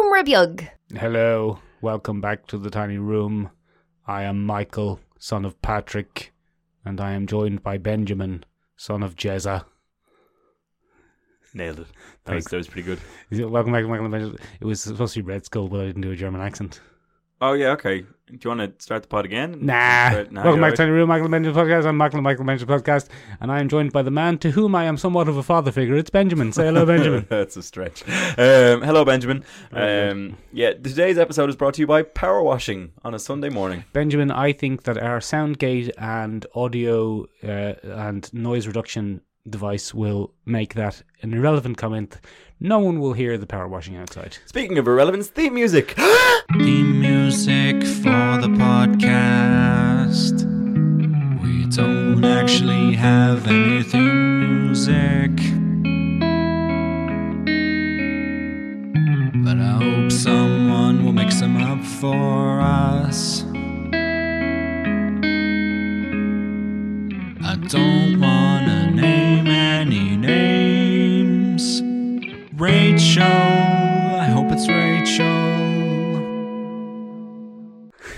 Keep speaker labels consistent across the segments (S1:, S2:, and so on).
S1: Shomrabyug.
S2: Hello, welcome back to the tiny room. I am Michael, son of Patrick, and I am joined by Benjamin, son of Jezza.
S3: Nailed it. That was,
S2: Thanks.
S3: that was pretty good.
S2: Is it welcome back to Michael and Benjamin? It was supposed to be Red Skull, but I didn't do a German accent.
S3: Oh yeah, okay. Do you want to start the pod again?
S2: Nah.
S3: Start- nah,
S2: welcome
S3: you're
S2: back to
S3: right.
S2: tiny room, Michael and Benjamin podcast. I'm Michael and Michael and Benjamin podcast, and I am joined by the man to whom I am somewhat of a father figure. It's Benjamin. Say hello, Benjamin.
S3: That's a stretch. Um, hello, Benjamin.
S2: Very
S3: Um, yeah, today's episode is brought to you by Power Washing on a Sunday morning.
S2: Benjamin, I think that our sound gate and audio uh, and noise reduction device will make that an irrelevant comment. No one will hear the power washing outside.
S3: Speaking of irrelevance, theme music.
S4: The music for the podcast. We don't actually have anything music. But I hope someone will mix them up for us. I don't wanna name any names. Rachel, I hope it's Rachel.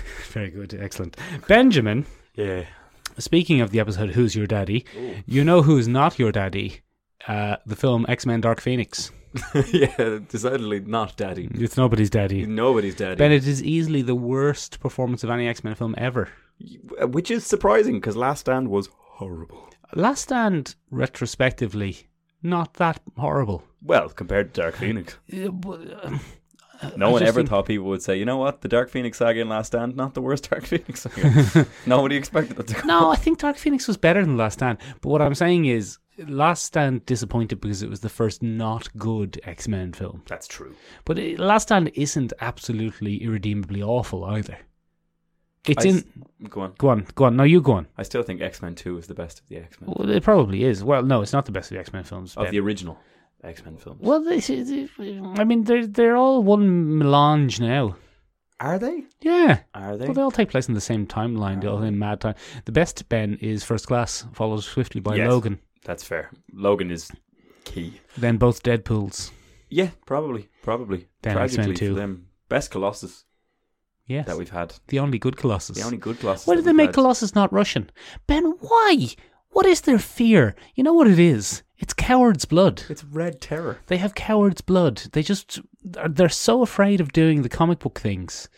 S2: Very good, excellent. Benjamin,
S3: yeah.
S2: speaking of the episode "Who's Your Daddy," you know who's not your daddy? Uh, the film X Men: Dark Phoenix.
S3: yeah, decidedly not daddy.
S2: It's nobody's daddy.
S3: Nobody's daddy.
S2: Ben, it is easily the worst performance of any X Men film ever.
S3: Which is surprising because Last Stand was horrible.
S2: Last Stand, retrospectively, not that horrible.
S3: Well, compared to Dark Phoenix.
S2: Uh, w- uh,
S3: No
S2: I
S3: one
S2: just
S3: ever
S2: think-
S3: thought people would say, you know what, the Dark Phoenix saga in Last Stand, not the worst Dark Phoenix
S2: uh,
S3: saga. Nobody expected that to come.
S2: No, I think Dark Phoenix was better than Last Stand. But what I'm saying is, Last Stand disappointed because it was the first not good X Men film.
S3: That's true.
S2: But it, Last Stand isn't absolutely irredeemably awful either. It's
S3: I
S2: in.
S3: s- Go on.
S2: Go on, go on. No, you go on.
S3: I still think X Men Two is the best of the X Men
S2: Well, it probably is. Well, no, it's not the best of the X Men films.
S3: of
S2: Ben.
S3: the original X Men films.
S2: well, this is, I mean, they're they're all one melange now.
S3: Are they?
S2: Yeah.
S3: Are they?
S2: Well, they all take place in the same timeline. They all in mad time. The best Ben is First Class, followed swiftly by
S3: Yes.
S2: Logan,
S3: That's fair. Logan is key.
S2: then both Deadpool's.
S3: Yeah, probably, probably.
S2: Then
S3: Tragically
S2: X-Men 2.
S3: for them, best Colossus
S2: Yes,
S3: that we've had.
S2: the only good Colossus.
S3: The only good Colossus.
S2: Why
S3: that
S2: did they
S3: we've
S2: make
S3: had.
S2: Colossus not Russian? Ben, why? What is their fear? You know what it is? It's coward's blood.
S3: It's Red Terror.
S2: They have coward's blood. They just they're- they're so afraid of doing the comic book things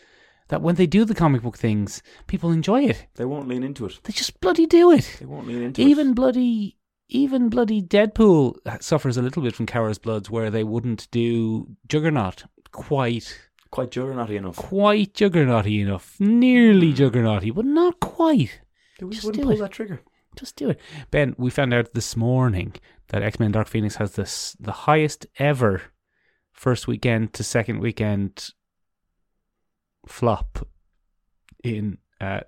S2: that when they do the comic book things, people enjoy it.
S3: They won't lean into it.
S2: They just bloody do it.
S3: They won't lean into it.
S2: Even bloody even bloody Deadpool suffers a little bit from coward's bloods where they wouldn't do Juggernaut quite
S3: quite juggernauty enough.
S2: quite juggernauty enough. Nearly juggernauty, but not quite.
S3: They
S2: Just
S3: wouldn't
S2: do
S3: pull
S2: it.
S3: that trigger.
S2: Just do it, Ben. We found out this morning that X Men Dark Phoenix has this the highest ever first weekend to second weekend flop in uh,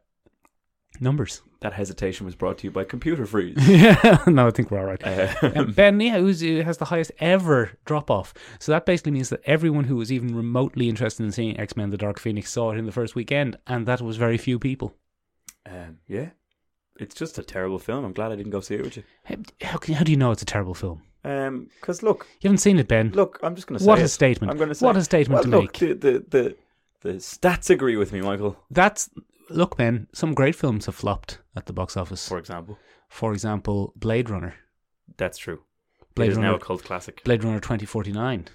S2: numbers.
S3: That hesitation was brought to you by Computer Freeze.
S2: Yeah, no, I think we're all right.
S3: Uh,
S2: Um, ben, yeah, who's, who has the highest ever drop off. So that basically means that everyone who was even remotely interested in seeing X Men: The Dark Phoenix saw it in the first weekend, and that was very few people.
S3: um, yeah, it's just a terrible film. I'm glad I didn't go see it with you.
S2: How, how, can, how do you know it's a terrible film?
S3: Um, because look,
S2: You haven't seen it, Ben.
S3: Look, I'm just going to say
S2: What a
S3: it.
S2: statement.
S3: I'm going to say
S2: What a statement to
S3: well, look,
S2: make.
S3: The, the the the stats agree with me, Michael.
S2: That's look, Ben. Some great films have flopped at the box office.
S3: For
S2: For,
S3: example,
S2: example, Blade Runner,
S3: that's true.
S2: Blade
S3: it is now
S2: Runner-
S3: a cult classic.
S2: Blade Runner twenty forty nine.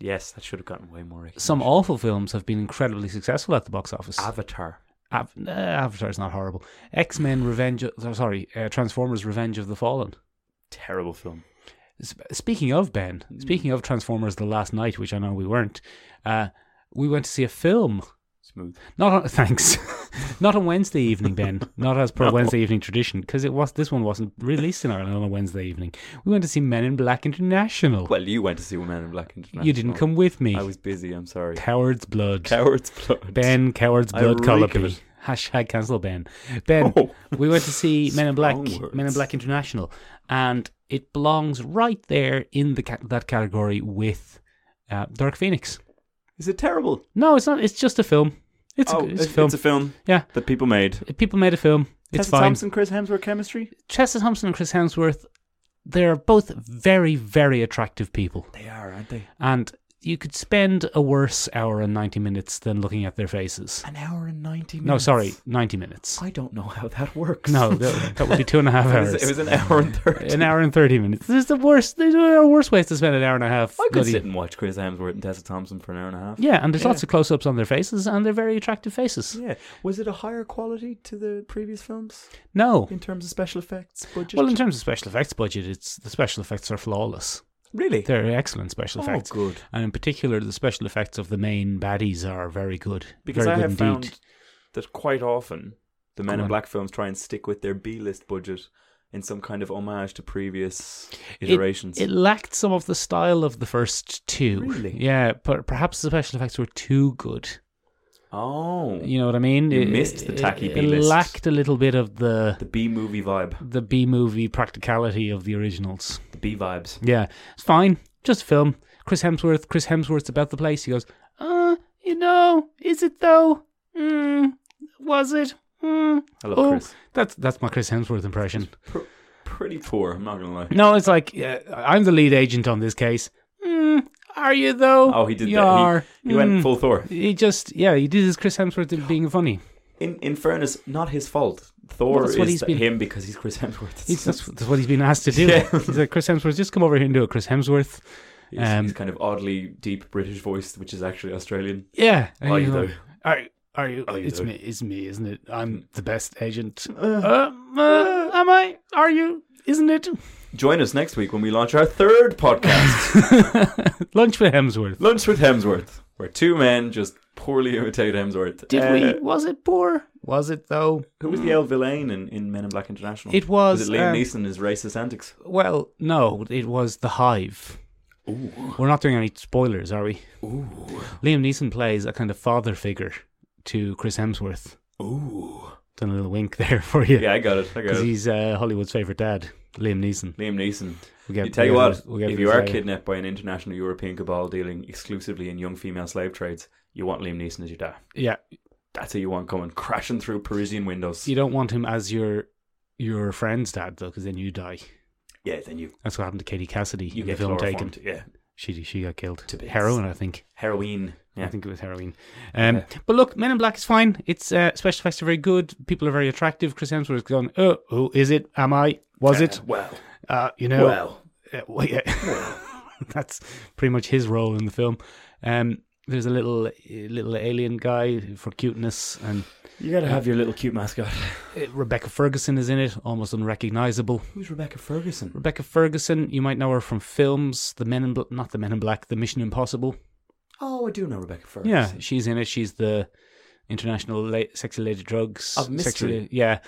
S3: Yes, that should have gotten way more. recognition.
S2: Some awful films have been incredibly successful at the box office.
S3: Avatar.
S2: Av- nah, Avatar's not horrible. X Men: Revenge. Of, oh, sorry, uh, Transformers: Revenge of the Fallen.
S3: Terrible film.
S2: Sp- Speaking of Ben,
S3: Hmm.
S2: speaking of Transformers: The Last Night, which I know we weren't, uh, we went to see a film.
S3: Smooth.
S2: Not on, thanks. Not on Wednesday evening, Ben. Not as per Wednesday evening tradition, because it was this one wasn't released in Ireland on a Wednesday evening. We went to see Men in Black International.
S3: Well, you went to see Men in Black International.
S2: you didn't come with me.
S3: I was busy. I'm sorry.
S2: Coward's blood.
S3: Coward's blood.
S2: ben, coward's
S3: I
S2: blood,
S3: reek of
S2: colopy.
S3: it.
S2: Hashtag cancel Ben. Ben,
S3: Oh.
S2: we went to see Men in Black,
S3: Strong words.
S2: Men in Black International, and it belongs right there in the ca- that category with uh, Dark Phoenix.
S3: Is it terrible?
S2: No, it's not. It's just a film. It's,
S3: oh,
S2: a, it's a film. Yeah.
S3: that people made.
S2: People made a film. It's
S3: Tessa
S2: fine.
S3: Thompson, Chris Hemsworth chemistry.
S2: Chester Thompson and Chris Hemsworth, they're both very, very attractive people.
S3: They are, aren't they?
S2: And you could spend a worse hour and 90 minutes than looking at their faces.
S3: An hour and 90 minutes.
S2: No, sorry, 90 minutes.
S3: I don't know how that works.
S2: No, that, that would be two and a half
S3: it,
S2: hours.
S3: was, it was an hour and 30.
S2: an hour and 30 minutes. There's the worst, there's there are worse ways to spend an hour and a half.
S3: I could
S2: bloody-
S3: sit and watch Chris Hemsworth and Tessa Thompson for an hour and a half.
S2: Yeah, and there's lots of close ups on their faces, and they're very attractive faces.
S3: Yeah. Was it a higher quality to the previous films
S2: No.
S3: in terms of special effects budget?
S2: Well, in terms of special effects budget, it's the special effects are flawless.
S3: really?
S2: They're excellent special
S3: Oh,
S2: effects.
S3: good.
S2: And in particular, the special effects of the main baddies are very good.
S3: Because
S2: very
S3: I
S2: good
S3: have
S2: indeed.
S3: found that quite often the
S2: Go
S3: Men in
S2: on.
S3: Black films try and stick with their B list budget in some kind of homage to previous
S2: It-
S3: iterations.
S2: It, lacked some of the style of the first two.
S3: Really?
S2: Yeah, but perhaps the special effects were too good.
S3: oh.
S2: You know what I mean?
S3: You
S2: It-
S3: missed the tacky
S2: it, It
S3: B-list.
S2: lacked a little bit of the
S3: The B movie vibe.
S2: the B movie practicality of the originals.
S3: The B vibes.
S2: Yeah, it's fine. Just a film. Chris Hemsworth. Chris Hemsworth's about the place. He goes, uh, you know, is it though? Mm, was it? Mm.
S3: I love
S2: Oh,
S3: Chris.
S2: That's that's my Chris Hemsworth impression.
S3: Pretty poor, I'm not going to lie.
S2: No, it's like uh, I'm the lead agent on this case. Mm, are you though?
S3: Oh, he did
S2: you
S3: that. He-
S2: Are.
S3: He went
S2: Mm.
S3: full Thor.
S2: He just yeah, he did his Chris Hemsworth in being funny.
S3: In in fairness, not his fault. Thor
S2: Well, that's
S3: is
S2: what he's
S3: th-
S2: been-
S3: him because he's Chris Hemsworth.
S2: He's, that's, that's what he's been asked to do.
S3: Yeah.
S2: He's like Chris Hemsworth, just come over here and do a Chris Hemsworth.
S3: He's,
S2: um,
S3: he's kind of oddly deep British voice, which is actually Australian.
S2: Yeah. And
S3: Are
S2: he's
S3: you
S2: like,
S3: though?
S2: Are you? Are you?
S3: Are you
S2: it's
S3: though? Hmm.
S2: me. It's me, isn't it? I'm the best agent.
S3: Uh,
S2: Um, uh, am I? Are you? Isn't it?
S3: Join us next week when we launch our third podcast,
S2: Lunch with Hemsworth.
S3: Lunch with Hemsworth, where two men just poorly imitate Hemsworth.
S2: Did
S3: Uh,
S2: we? Was it poor? Was it though?
S3: Who was the El Villain in, in Men in Black International?
S2: It was,
S3: Was it Liam
S2: um,
S3: Neeson and his racist antics?
S2: Well, no. It was the Hive.
S3: Ooh.
S2: We're not doing any spoilers, are we?
S3: Ooh.
S2: Liam Neeson plays a kind of father figure to Chris Hemsworth.
S3: Ooh.
S2: Done a little wink there for you.
S3: Yeah, I got it. I got
S2: Because
S3: it.
S2: he's uh, Hollywood's favorite dad, Liam Neeson.
S3: Liam Neeson.
S2: We'll get,
S3: you tell you
S2: we'll
S3: what,
S2: get- we'll get
S3: if
S2: to
S3: you
S2: this
S3: are
S2: later.
S3: kidnapped by an international European cabal dealing exclusively in young female slave trades, you want Liam Neeson as your dad.
S2: yeah,
S3: That's who you want coming crashing through Parisian windows.
S2: you don't want him as your your friend's dad though, because then you die.
S3: Yeah, then you
S2: That's what happened to Katie Cassidy in
S3: you
S2: the
S3: get
S2: film Taken.
S3: chloroformed. Yeah,
S2: She she got killed.
S3: To bits.
S2: Heroin, I think.
S3: heroin. Yeah,
S2: I think it was heroin. Um,
S3: Yeah.
S2: But look, Men in Black is fine. It's uh, special effects are very good. People are very attractive. Chris Hemsworth's gone. Oh, who is it? Am I? Was
S3: Uh,
S2: it?
S3: well,
S2: Uh, you know.
S3: well,
S2: Uh, well, yeah. That's pretty much his role in the film. Um, there's a little little alien guy for cuteness, and
S3: you gotta have your little cute mascot.
S2: uh, Rebecca Ferguson is in it, almost unrecognizable.
S3: Who's Rebecca Ferguson?
S2: Rebecca Ferguson, you might know her from films, The Men in Bl- not The Men in Black, The Mission Impossible.
S3: Oh, I do know Rebecca Ferguson.
S2: Yeah, she's in it. She's the international la- sex-related drugs
S3: Of mystery.
S2: sexually- yeah,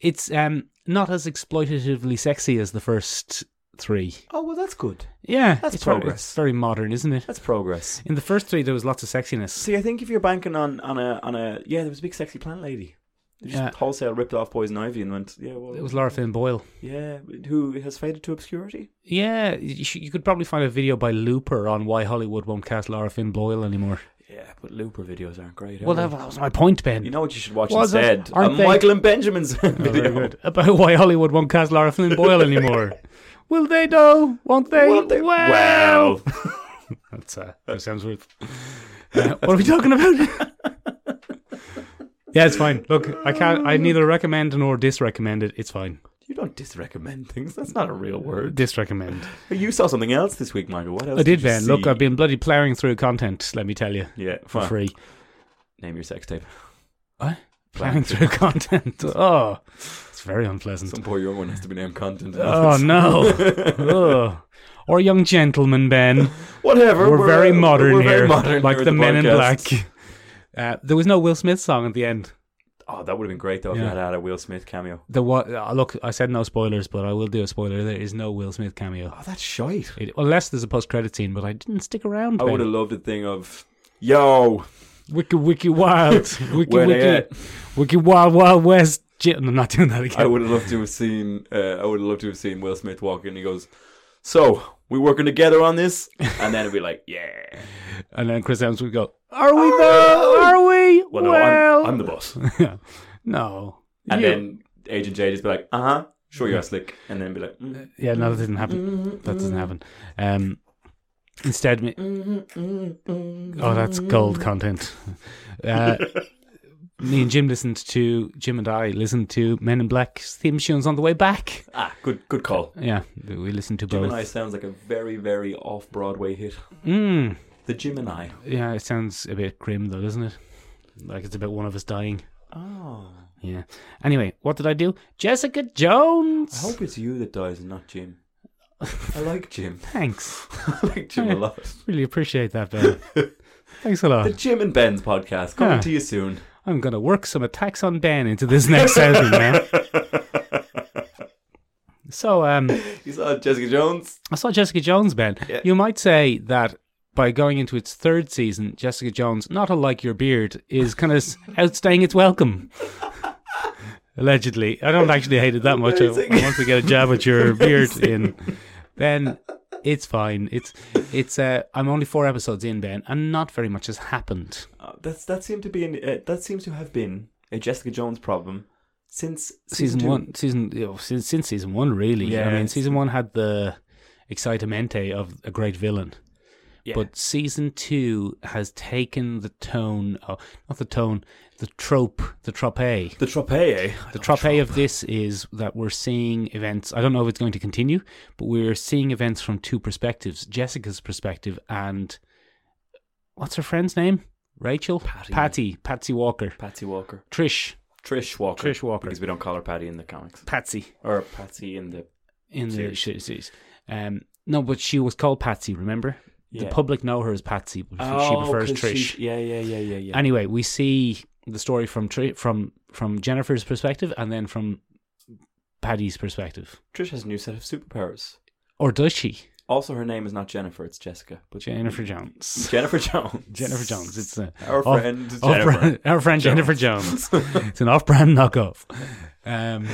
S2: it's um not as exploitatively sexy as the first three.
S3: Oh well, that's good.
S2: Yeah,
S3: That's
S2: it's ver-
S3: progress.
S2: it's very modern, isn't it?
S3: That's progress.
S2: In the first three, there was lots of sexiness.
S3: See, I think if you're banking on on a on a yeah, there was a big sexy plant lady. They just
S2: Yeah.
S3: wholesale ripped off Poison Ivy and went yeah, well,
S2: It was Laura Flynn Boyle.
S3: yeah, who has faded to obscurity.
S2: Yeah, you, sh- you could probably find a video by Looper on why Hollywood won't cast Laura Flynn Boyle anymore.
S3: Yeah, but Looper videos aren't great. are
S2: Well,
S3: they?
S2: that, that was my point, Ben.
S3: you know what you should watch
S2: Well, those-
S3: instead? A
S2: aren't they-
S3: Michael and Benjamin's
S2: Oh,
S3: video.
S2: very good. About why Hollywood won't cast Laura Flynn Boyle anymore. Will they though? Won't they?
S3: Won't they?
S2: Well,
S3: Well.
S2: that's uh, that sounds weird. Uh, what are we talking about? yeah, it's fine. Look, I can't. I neither recommend nor disrecommend it. It's fine.
S3: You don't disrecommend things. That's not a real word.
S2: Disrecommend.
S3: You saw something else this week, Michael. What else?
S2: I did,
S3: you
S2: Ben. Look,
S3: see?
S2: I've been bloody ploughing through content. Let me tell you,
S3: yeah
S2: for
S3: fine.
S2: free.
S3: Name your sex tape.
S2: Ploughing through content. Oh, it's very unpleasant.
S3: Some poor young one has to be named content.
S2: Oh no. Ugh. Or young gentleman, Ben.
S3: Whatever.
S2: We're, very
S3: uh,
S2: modern
S3: we're
S2: here,
S3: very modern
S2: like
S3: here
S2: the
S3: at
S2: Men in
S3: podcast.
S2: Black. Uh, there was no Will Smith song at the end.
S3: Oh, that would have been great though if you
S2: Yeah.
S3: had had a Will Smith cameo.
S2: There was uh, look. I said no spoilers, but I will do a spoiler. There is no Will Smith cameo,
S3: Oh, that's shite.
S2: It- unless there's a post-credit scene. But I didn't stick around.
S3: I
S2: Ben.
S3: would have loved a thing of, yo,
S2: Wiki Wiki Wild, Wiki
S3: Where they
S2: Wiki
S3: at?
S2: Wiki Wild Wild West. J- no, I'm not doing that
S3: I
S2: again.
S3: would have loved to have seen. Uh, I would have loved to have seen Will Smith walk in. He goes, "So we working together on this?" And then it'd be like, "Yeah."
S2: and then Chris Evans would go, "Are we though? Are we?
S3: Well, no, I'm, I'm the boss. And
S2: no." You-
S3: then Agent J just be like, "Uh huh, sure you're slick," and then be like, mm.
S2: yeah, no, that didn't happen. That doesn't happen. Um, instead, ma- oh, that's gold content. Uh, me and Jim listened to Jim and I listened to Men in Black's theme tunes on the way back.
S3: Ah, good good call.
S2: Yeah, we listened to both.
S3: Gemini sounds like a very, very off Broadway hit.
S2: Mm.
S3: The Gemini.
S2: Yeah, it sounds a bit grim though, doesn't it? Like it's about one of us dying.
S3: Oh.
S2: Yeah. Anyway, what did I do? Jessica Jones.
S3: I hope it's you that dies and not Jim. I like Jim.
S2: Thanks.
S3: I like Jim a lot.
S2: Really appreciate that, Ben. Thanks a lot.
S3: The Jim and Ben's podcast coming
S2: Yeah.
S3: to you soon.
S2: I'm gonna work some attacks on Ben into this next outing, man. So, um,
S3: You saw Jessica Jones?
S2: I saw Jessica Jones, Ben.
S3: Yeah.
S2: You might say that by going into its third season, Jessica Jones, not unlike your beard, is kind of outstaying its welcome. Allegedly, I don't actually hate it that much. I,
S3: Amazing.
S2: I want to get a jab at your beard in. Ben, it's fine. It's it's. Uh, I'm only four episodes in, Ben, and not very much has happened.
S3: Uh, that's that seemed to be an, uh, that seems to have been a Jessica Jones problem since
S2: season,
S3: two.
S2: one, season you know, since, since season one, really.
S3: Yeah,
S2: I mean,
S3: it's-
S2: season one had the excitamente of a great villain,
S3: Yeah.
S2: but season two has taken the tone, of, not the tone, the trope, the trope. The
S3: the trope. eh?
S2: trope, of this is that we're seeing events. I don't know if it's going to continue, but we're seeing events from two perspectives: Jessica's perspective and what's her friend's name? Rachel,
S3: Patty.
S2: Patty, Patsy Walker,
S3: Patsy Walker,
S2: Trish,
S3: Trish Walker,
S2: Trish Walker.
S3: because we don't call her Patty in the comics
S2: Patsy.
S3: or Patsy in the
S2: in the
S3: Series.
S2: sh- series. Um, no, but she was called Patsy. Remember,
S3: Yeah. Oh,
S2: the public know her as Patsy, but she prefers
S3: 'cause
S2: Trish.
S3: she- yeah, yeah, yeah, yeah, yeah.
S2: Anyway, we see the story from Tri- from from Jennifer's perspective, and then from Patty's perspective.
S3: Trish has a new set of superpowers.
S2: Or does she?
S3: Also, her name is not Jennifer; it's Jessica. But
S2: Jennifer Jones.
S3: Jennifer Jones.
S2: Jennifer Jones. It's uh, oh, a
S3: our
S2: off-
S3: friend Jennifer.
S2: off-brand, our friend Jennifer Jones. it's an off-brand knockoff um,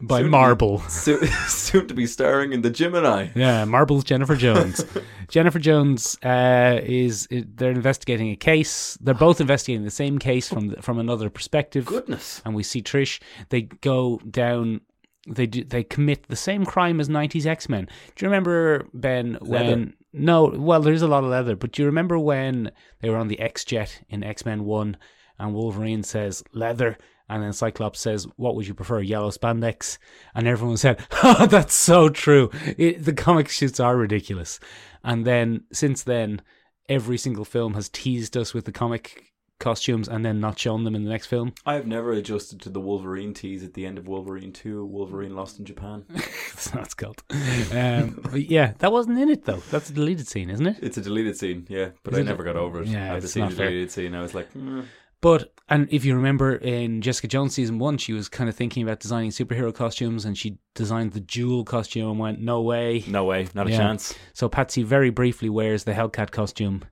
S2: by
S3: Soon to be-
S2: Marble.
S3: Soon, soon to be starring in the Gemini.
S2: Yeah, Marbles Jennifer Jones. Jennifer Jones uh, is they're investigating a case. They're both investigating the same case from the, from another perspective.
S3: Goodness.
S2: And we see Trish. They go down. They do, they commit the same crime as '90s X Men. Do you remember Ben when?
S3: Leather.
S2: No, well, there is a lot of leather, but do you remember when they were on the X Jet in X Men One, and Wolverine says leather, and then Cyclops says, "What would you prefer, yellow spandex?" And everyone said, oh, "That's so true." It, the comic shoots are ridiculous, and then since then, every single film has teased us with the comic costumes and then not shown them in the next film.
S3: I have never adjusted to the Wolverine tease at the end of Wolverine 2, Wolverine Lost in Japan.
S2: That's cold. Um, but yeah, that wasn't in it though. That's a deleted scene, isn't it?
S3: It's a deleted scene, yeah, but
S2: Is
S3: I
S2: it-
S3: never got over it.
S2: Yeah,
S3: After
S2: it's
S3: seeing
S2: not
S3: the
S2: fair.
S3: deleted scene, I was like, mm.
S2: But and if you remember in Jessica Jones season one, she was kind of thinking about designing superhero costumes, and she designed the jewel costume and went, "No way."
S3: no way, not a
S2: Yeah.
S3: chance.
S2: So Patsy very briefly wears the Hellcat costume.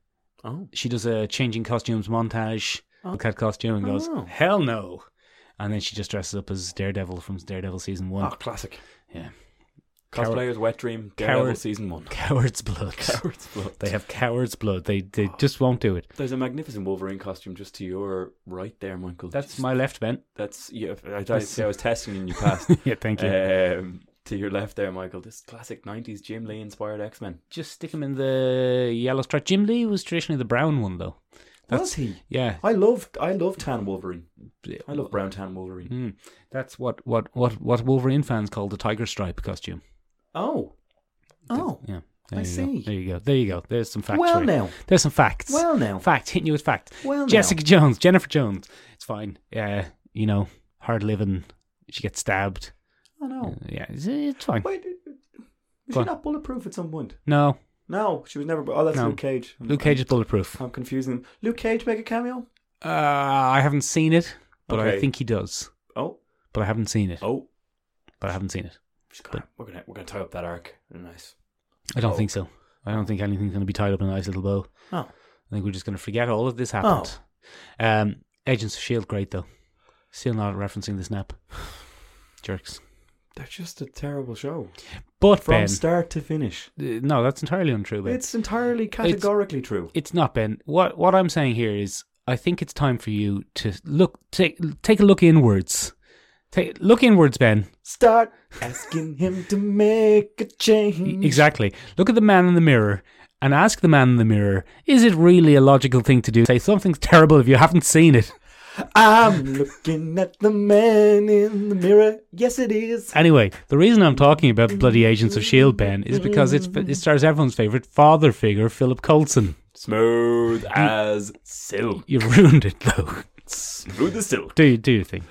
S3: Oh,
S2: She does a changing costumes montage, Hellcat costume, and goes,
S3: Oh.
S2: "Hell no!" And then she just dresses up as Daredevil from Daredevil season one.
S3: oh, classic.
S2: Yeah.
S3: Cosplayer's Wet Dream, Daredevil Season 1.
S2: Coward's blood.
S3: Coward's Blood.
S2: They have coward's blood. They they just won't do it.
S3: There's a magnificent Wolverine costume just to your right there, Michael.
S2: That's
S3: Just-
S2: my left bent.
S3: That's yeah. I, I,
S2: That's-
S3: see, I was testing you and you passed.
S2: yeah, thank you.
S3: um, to your left there, Michael. This classic '90s Jim Lee inspired X Men.
S2: just stick him in the yellow stripe. Jim Lee was traditionally the brown one, though.
S3: Was he?
S2: Yeah,
S3: I loved. I love tan Wolverine. I love brown tan Wolverine.
S2: Mm. that's what what what what Wolverine fans call the tiger stripe costume.
S3: Oh, oh.
S2: Yeah, there
S3: I
S2: you go.
S3: see.
S2: There you go. There you go. There's some facts.
S3: Well
S2: for you.
S3: now.
S2: there's some facts.
S3: Well now.
S2: fact hitting you with fact.
S3: Well now.
S2: Jessica Jones, Jennifer Jones. It's fine. Yeah, you know, hard living. She gets stabbed. Uh,
S3: Oh no.
S2: Yeah, it's, it's fine.
S3: Wait.
S2: Go
S3: Was she
S2: on.
S3: not bulletproof at some point?
S2: No,
S3: No, she was never. bu- Oh, that's
S2: No.
S3: Luke Cage. I'm-
S2: Luke Cage is bulletproof.
S3: I'm, I'm confusing them. Luke Cage make a cameo?
S2: Uh, I haven't seen it, but I
S3: Okay.
S2: think he does.
S3: Oh,
S2: But I haven't seen it.
S3: oh.
S2: But I haven't seen it.
S3: She's gonna, we're gonna we're gonna tie up that arc. Nice.
S2: I don't
S3: Oh.
S2: think so. I don't think anything's going to be tied up in a nice little bow. I
S3: Oh.
S2: think we're just going to forget all of this happened. Um, Agents of S.H.I.E.L.D. great, though. Still not referencing the snap. Jerks.
S3: They're just a terrible show.
S2: But,
S3: From
S2: Ben.
S3: start to finish.
S2: uh, no, that's entirely untrue, Ben. It's,
S3: It's entirely categorically true.
S2: not, Ben. What, what I'm saying here is I think it's time for you to look, take, take a look inwards. Take, look inwards, Ben.
S3: Start asking him to make a change.
S2: E,
S3: Mm. E-,
S2: Exactly. Look at the man in the mirror and ask the man in the mirror, is it really a logical thing to do? Say something's terrible if you haven't seen it.
S3: I'm looking at the man in the mirror. Yes, it is.
S2: Anyway, the reason I'm talking about bloody Agents of S.H.I.E.L.D. Ben is because it's,
S3: Mm.
S2: it stars everyone's favourite father figure, Philip Coulson.
S3: Smooth as silk.
S2: You've ruined it though.
S3: Smooth as silk.
S2: Do, do you think?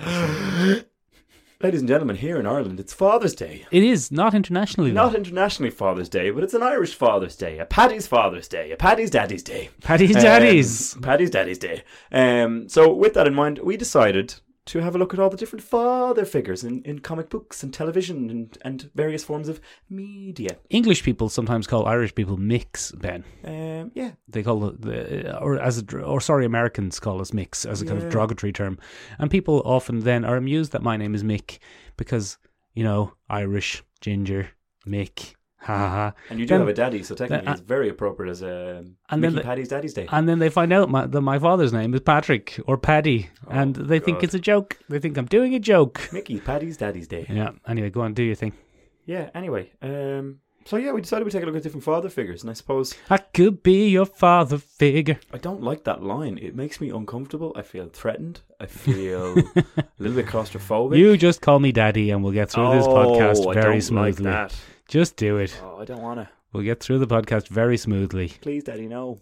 S3: Ladies and gentlemen, here in Ireland, it's Father's Day.
S2: It is, not internationally though.
S3: Not internationally Father's Day, but it's an Irish Father's Day, a Paddy's Father's Day, a Paddy's Daddy's Day.
S2: Paddy's
S3: Um,
S2: Daddies.
S3: Paddy's Daddy's Day. Um, so, with that in mind, we decided to have a look at all the different father figures in, in comic books and television and, and various forms of media.
S2: English people sometimes call Irish people mix, Ben.
S3: Um, yeah.
S2: They call it the, or as a, dr- or sorry, Americans call us mix as a kind of
S3: Yeah.
S2: derogatory term, and people often then are amused that my name is Mick because you know Irish ginger Mick, ha ha.
S3: And you do
S2: Then-
S3: have a daddy, so technically
S2: then-
S3: it's very appropriate as a
S2: And then
S3: Mickey
S2: the-
S3: Paddy's Daddy's Day.
S2: And then they find out my, that my father's name is Patrick or Paddy, and
S3: Oh,
S2: they think
S3: God.
S2: it's a joke. They think I'm doing a joke.
S3: Mickey Paddy's Daddy's Day.
S2: Yeah. Anyway, go on, do your thing.
S3: Yeah, anyway. Um, so, yeah, we decided we'd take a look at different father figures, and I suppose
S2: I could be your father figure.
S3: I don't like that line. It makes me uncomfortable. I feel threatened. I feel a little bit claustrophobic.
S2: You just call me daddy, and we'll get through this podcast very smoothly. Just do it.
S3: Oh, I don't want to.
S2: We'll get through the podcast very smoothly.
S3: Please, Daddy, no.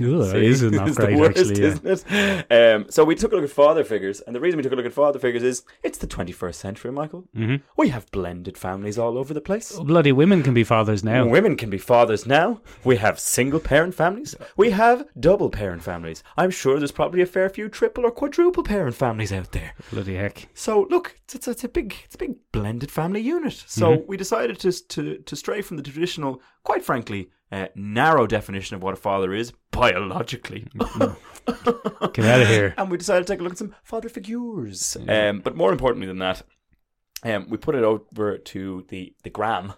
S2: Ooh, that is not
S3: It's
S2: great,
S3: the worst,
S2: actually. yeah.
S3: isn't it? Um, so we took a look at father figures, and the reason we took a look at father figures is it's the 21st century, Michael.
S2: Mhm.
S3: We have blended families all over the place.
S2: Bloody women can be fathers now.
S3: Women can be fathers now. We have single parent families. We have double parent families. I'm sure there's probably a fair few triple or quadruple parent families out there.
S2: Bloody heck.
S3: So look, it's, it's, it's a big, it's a big blended family unit. So
S2: Mm-hmm.
S3: we decided to, to to stray from the traditional, quite frankly, uh, narrow definition of what a father is biologically,
S2: Mm-hmm. Get out of here.
S3: and we decided to take a look at some father figures. Um, but more importantly than that, um, we put it over to the the gram,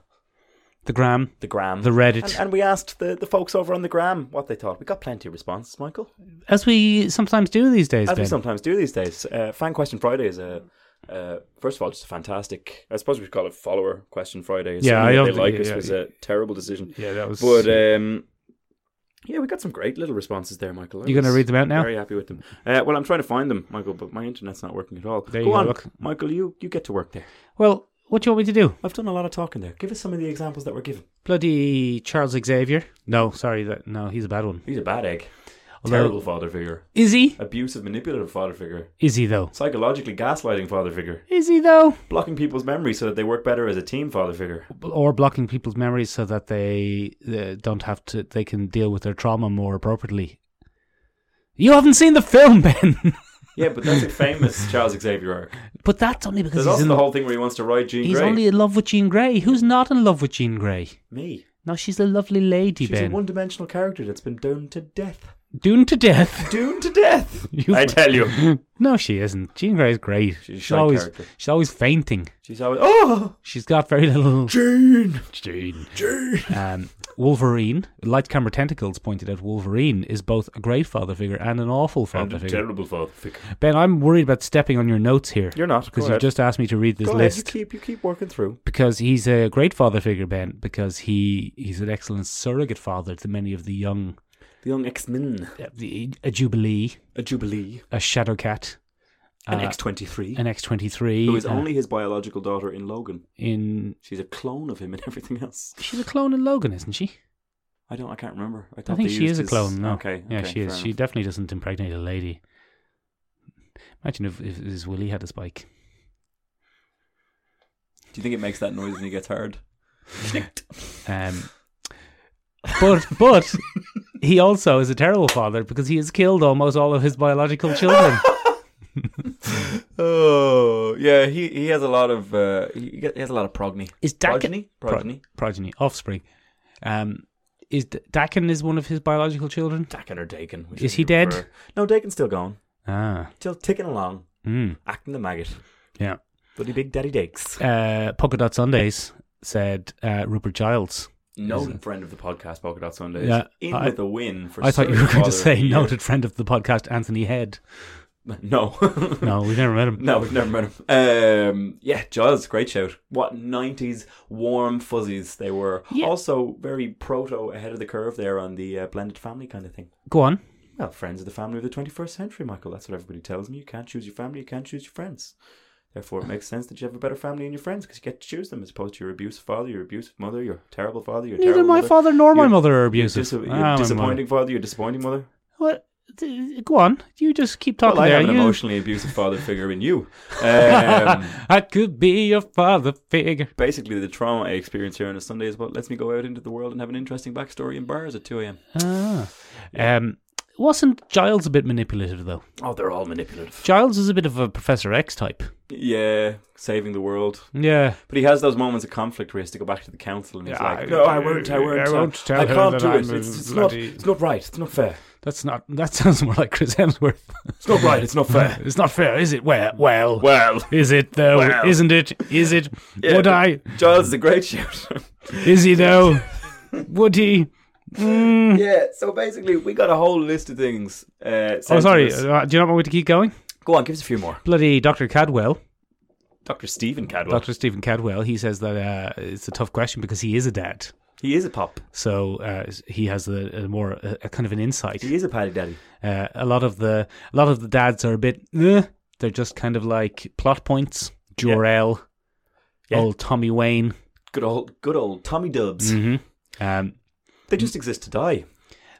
S2: The gram,
S3: the gram,
S2: the
S3: and,
S2: Reddit.
S3: and we asked the, the folks over on the gram what they thought. We got plenty of responses, Michael,
S2: As we sometimes do these days,
S3: as we
S2: Ben.
S3: sometimes do these days. Uh, Fan Question Friday is a uh, first of all just a fantastic. I suppose we call it follower question Friday.
S2: Yeah,
S3: Something
S2: I
S3: that
S2: don't
S3: they
S2: think-
S3: like
S2: yeah,
S3: us
S2: yeah.
S3: was a terrible decision.
S2: yeah, that was.
S3: But um, yeah, we got some great little responses there, Michael. I
S2: you going to
S3: was
S2: read them out now?
S3: Very happy with them. Uh, well, I'm trying to find them, Michael, but my internet's not working at all.
S2: There
S3: go
S2: you go,
S3: on,
S2: look.
S3: Michael. You you get to work there.
S2: Well, what do you want me to do?
S3: I've done a lot of talking there. Give us some of the examples that were given.
S2: Bloody Charles Xavier? No, sorry, that no, he's a bad one.
S3: He's a bad egg.
S2: Although-
S3: Terrible father figure.
S2: Is he?
S3: Abusive, manipulative father figure.
S2: Is he though?
S3: Psychologically gaslighting father figure.
S2: Is he though?
S3: Blocking people's memory so that they work better as a team father figure.
S2: Or blocking people's memories so that they uh, don't have to, they can deal with their trauma more appropriately. You haven't seen the film, Ben.
S3: Yeah, but that's a famous Charles Xavier arc.
S2: but that's only because
S3: There's
S2: he's
S3: also
S2: in
S3: the
S2: the
S3: whole thing where he wants to ride Jean
S2: He's
S3: Grey.
S2: only in love with Jean Grey. Who's not in love with Jean Grey?
S3: Me.
S2: No, she's a lovely lady,
S3: She's a
S2: Ben.
S3: one-dimensional character that's been doomed to death.
S2: Doomed to death.
S3: Doomed to death.
S2: You-
S3: I tell you,
S2: no, she isn't. Jean Grey's great.
S3: She's a shy
S2: always
S3: character.
S2: she's always fainting.
S3: she's always oh
S2: She's got very little.
S3: Jean,
S2: Jean.
S3: Jean.
S2: Um, Wolverine, Light Camera Tentacles pointed out Wolverine is both a great father figure and an awful father figure.
S3: terrible father figure.
S2: ben, I'm worried about stepping on your notes here.
S3: You're not
S2: Because
S3: because
S2: you just asked me to read this
S3: Go
S2: list.
S3: Ahead. You keep you keep working through.
S2: because he's a great father figure, Ben, because he, he's an excellent surrogate father to many of the young
S3: The young X-Men,
S2: uh, the- a Jubilee,
S3: a Jubilee,
S2: a Shadowcat,
S3: an
S2: uh,
S3: X-23,
S2: an uh, X twenty three.
S3: who is only his biological daughter in Logan.
S2: in?
S3: She's a clone of him and everything else.
S2: She's a clone in Logan, isn't she?
S3: I don't. I can't remember. I,
S2: I
S3: thought
S2: think
S3: they
S2: she
S3: used
S2: is a
S3: his-
S2: clone. No,
S3: Okay.
S2: yeah,
S3: okay,
S2: she is.
S3: fair
S2: She
S3: enough.
S2: definitely doesn't impregnate a lady. Imagine if, if his Willie had a spike.
S3: Do you think it makes that noise when he gets hard?
S2: Um, but but he also is a terrible father because he has killed almost all of his biological children.
S3: Oh yeah, he, he has a lot of uh, he get- he has a lot of progeny.
S2: Is Dakin
S3: Progeny, progeny.
S2: progeny offspring? Um, is D- Dakin is one of his biological children?
S3: Dakin or Dakin? which
S2: Is
S3: I
S2: he dead?
S3: prefer. No, Dakin's still going,
S2: Ah,
S3: still ticking along,
S2: mm,
S3: acting the maggot.
S2: yeah.
S3: Bloody big daddy Dakes.
S2: uh, Polka Dot Sundays said uh, Rupert Giles.
S3: Noted friend of the podcast, Polka Dot Sundays.
S2: Yeah,
S3: in
S2: I-
S3: with a win for.
S2: I thought you
S3: Surrogate
S2: were going
S3: Father uh,
S2: to say
S3: of the Year.
S2: noted friend of the podcast Anthony Head.
S3: No.
S2: No, we've never met him.
S3: No, we've never met him. Um, yeah, Giles, great shout. What 90s warm fuzzies they were.
S2: Yeah.
S3: Also, very proto ahead of the curve there on the uh, blended family kind of thing.
S2: Go on.
S3: Well, friends of the family of the 21st century, Michael. That's what everybody tells me. You can't choose your family, you can't choose your friends. Therefore, it makes sense that you have a better family and your friends because you get to choose them as opposed to your abusive father, your abusive mother, your terrible father, your
S2: Neither
S3: terrible
S2: my
S3: mother,
S2: father nor my
S3: You're-
S2: mother are
S3: your,
S2: abusive.
S3: dis- your
S2: Ah, my mother.
S3: disappointing father, your disappointing mother.
S2: What? D- Go on. You just keep talking
S3: Well, I
S2: there.
S3: have an
S2: You- Ah,
S3: emotionally abusive father figure in you. Um,
S2: I could be your father figure.
S3: basically the trauma I experience here on a Sunday is what lets me go out into the world and have an interesting backstory in bars at 2 a.m.
S2: Ah. Um, wasn't Giles a bit manipulative though?
S3: Oh, they're all manipulative.
S2: Giles is a bit of a Professor X type.
S3: Yeah, saving the world.
S2: Yeah.
S3: But he has those moments of conflict where he has to go back to the council and he's
S2: Yeah,
S3: like, No, I won't, I won't. uh,
S2: I won't tell
S3: I
S2: her
S3: can't
S2: that
S3: do
S2: I'm
S3: it.
S2: a
S3: It's, it's, not,
S2: bloody-
S3: it's not right. It's not fair.
S2: That's not. That sounds more like Chris Hemsworth.
S3: It's not right. It's not fair.
S2: it's not fair, is it? Well, well,
S3: well,
S2: is it though?
S3: Well.
S2: Isn't it? Is it?
S3: Yeah.
S2: Would I?
S3: Giles is a great shout.
S2: Is he though? Would he? Mm.
S3: yeah, so basically, we got a whole list of things. Uh, sent
S2: Oh,
S3: to
S2: sorry.
S3: us.
S2: Uh, do you not want me to keep going?
S3: Go on, give us a few more.
S2: Bloody Dr. Cadwell,
S3: Dr. Stephen Cadwell.
S2: Dr. Stephen Cadwell, he says that uh, it's a tough question because he is a dad.
S3: He is a pop. uh,
S2: So uh, he has a, a more a, a kind of an insight.
S3: He is a paddy daddy.
S2: Uh, a lot of the a lot of the dads are a bit. "Eh." they're just kind of like plot points. Jor El,
S3: Yeah.
S2: old Tommy Wayne.
S3: Good old, good old Tommy Dubs.
S2: hmm Um,
S3: They just exist to die.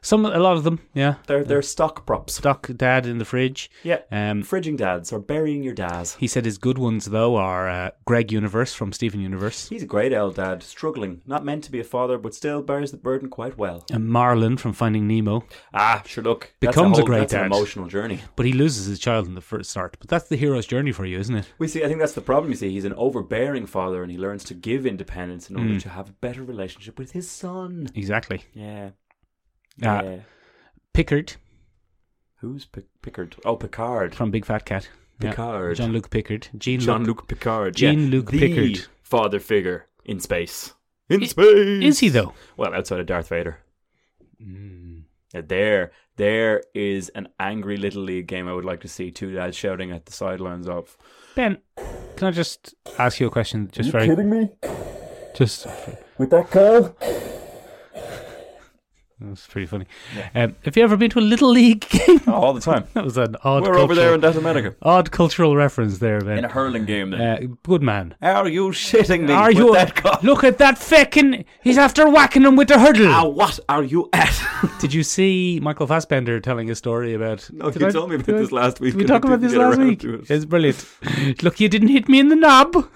S2: some a lot of them, yeah.
S3: They're they're stock props.
S2: Stuck dad in the fridge.
S3: Yeah.
S2: Um,
S3: Fridging dads or burying your dads.
S2: he said his good ones though are uh, Greg Universe from Steven Universe,
S3: He's a great old dad, struggling, not meant to be a father, but still bears the burden quite well.
S2: and Marlin from Finding Nemo.
S3: Ah, sure. Look,
S2: Becomes
S3: that's
S2: a
S3: a, whole,
S2: great
S3: that's
S2: dad.
S3: An emotional journey.
S2: But he loses his child in the first start. But that's the hero's journey for you, isn't it?
S3: We see. I think that's the problem. You see, he's an overbearing father, and he learns to give independence in
S2: Mm.
S3: order to have a better relationship with his son.
S2: Exactly.
S3: Yeah.
S2: Ah.
S3: Yeah.
S2: Pickard
S3: Who's Pic- Pickard? Oh, Picard.
S2: from Big Fat Cat.
S3: Picard.
S2: Jean Luc Pickard. Jean
S3: Jean
S2: Luc.
S3: Luc Picard.
S2: Jean-Luc
S3: the
S2: Picard.
S3: father figure in space. In space.
S2: Is he though?
S3: Well, outside of Darth Vader. Mm. Now, There, there is an angry little league game I would like to see two dads shouting at the sidelines of.
S2: Ben, can I just ask you a question? Just very. Kidding me? Just.
S1: With that call?
S2: That's pretty funny. Um, have you ever been to a little league game?
S3: Oh, all the time.
S2: that was an odd.
S3: We're
S2: cultural,
S3: over there in South America
S2: odd cultural reference there, Ben.
S3: in a hurling game. Then.
S2: Uh, good man.
S3: Are you shitting me?
S2: Are
S3: with
S2: you?
S3: That call?
S2: Look at that feckin'. He's after whacking him with the hurdle.
S3: Ah, what are you at?
S2: Did you see Michael Fassbender telling a story about?
S3: no,
S2: Did
S3: you
S2: I-
S3: told me about
S2: did I-
S3: this last week.
S2: Did we
S3: and I
S2: talk about
S3: didn't
S2: this
S3: get
S2: last
S3: around
S2: week?
S3: to it.
S2: It's brilliant. Look, you didn't hit me in the knob.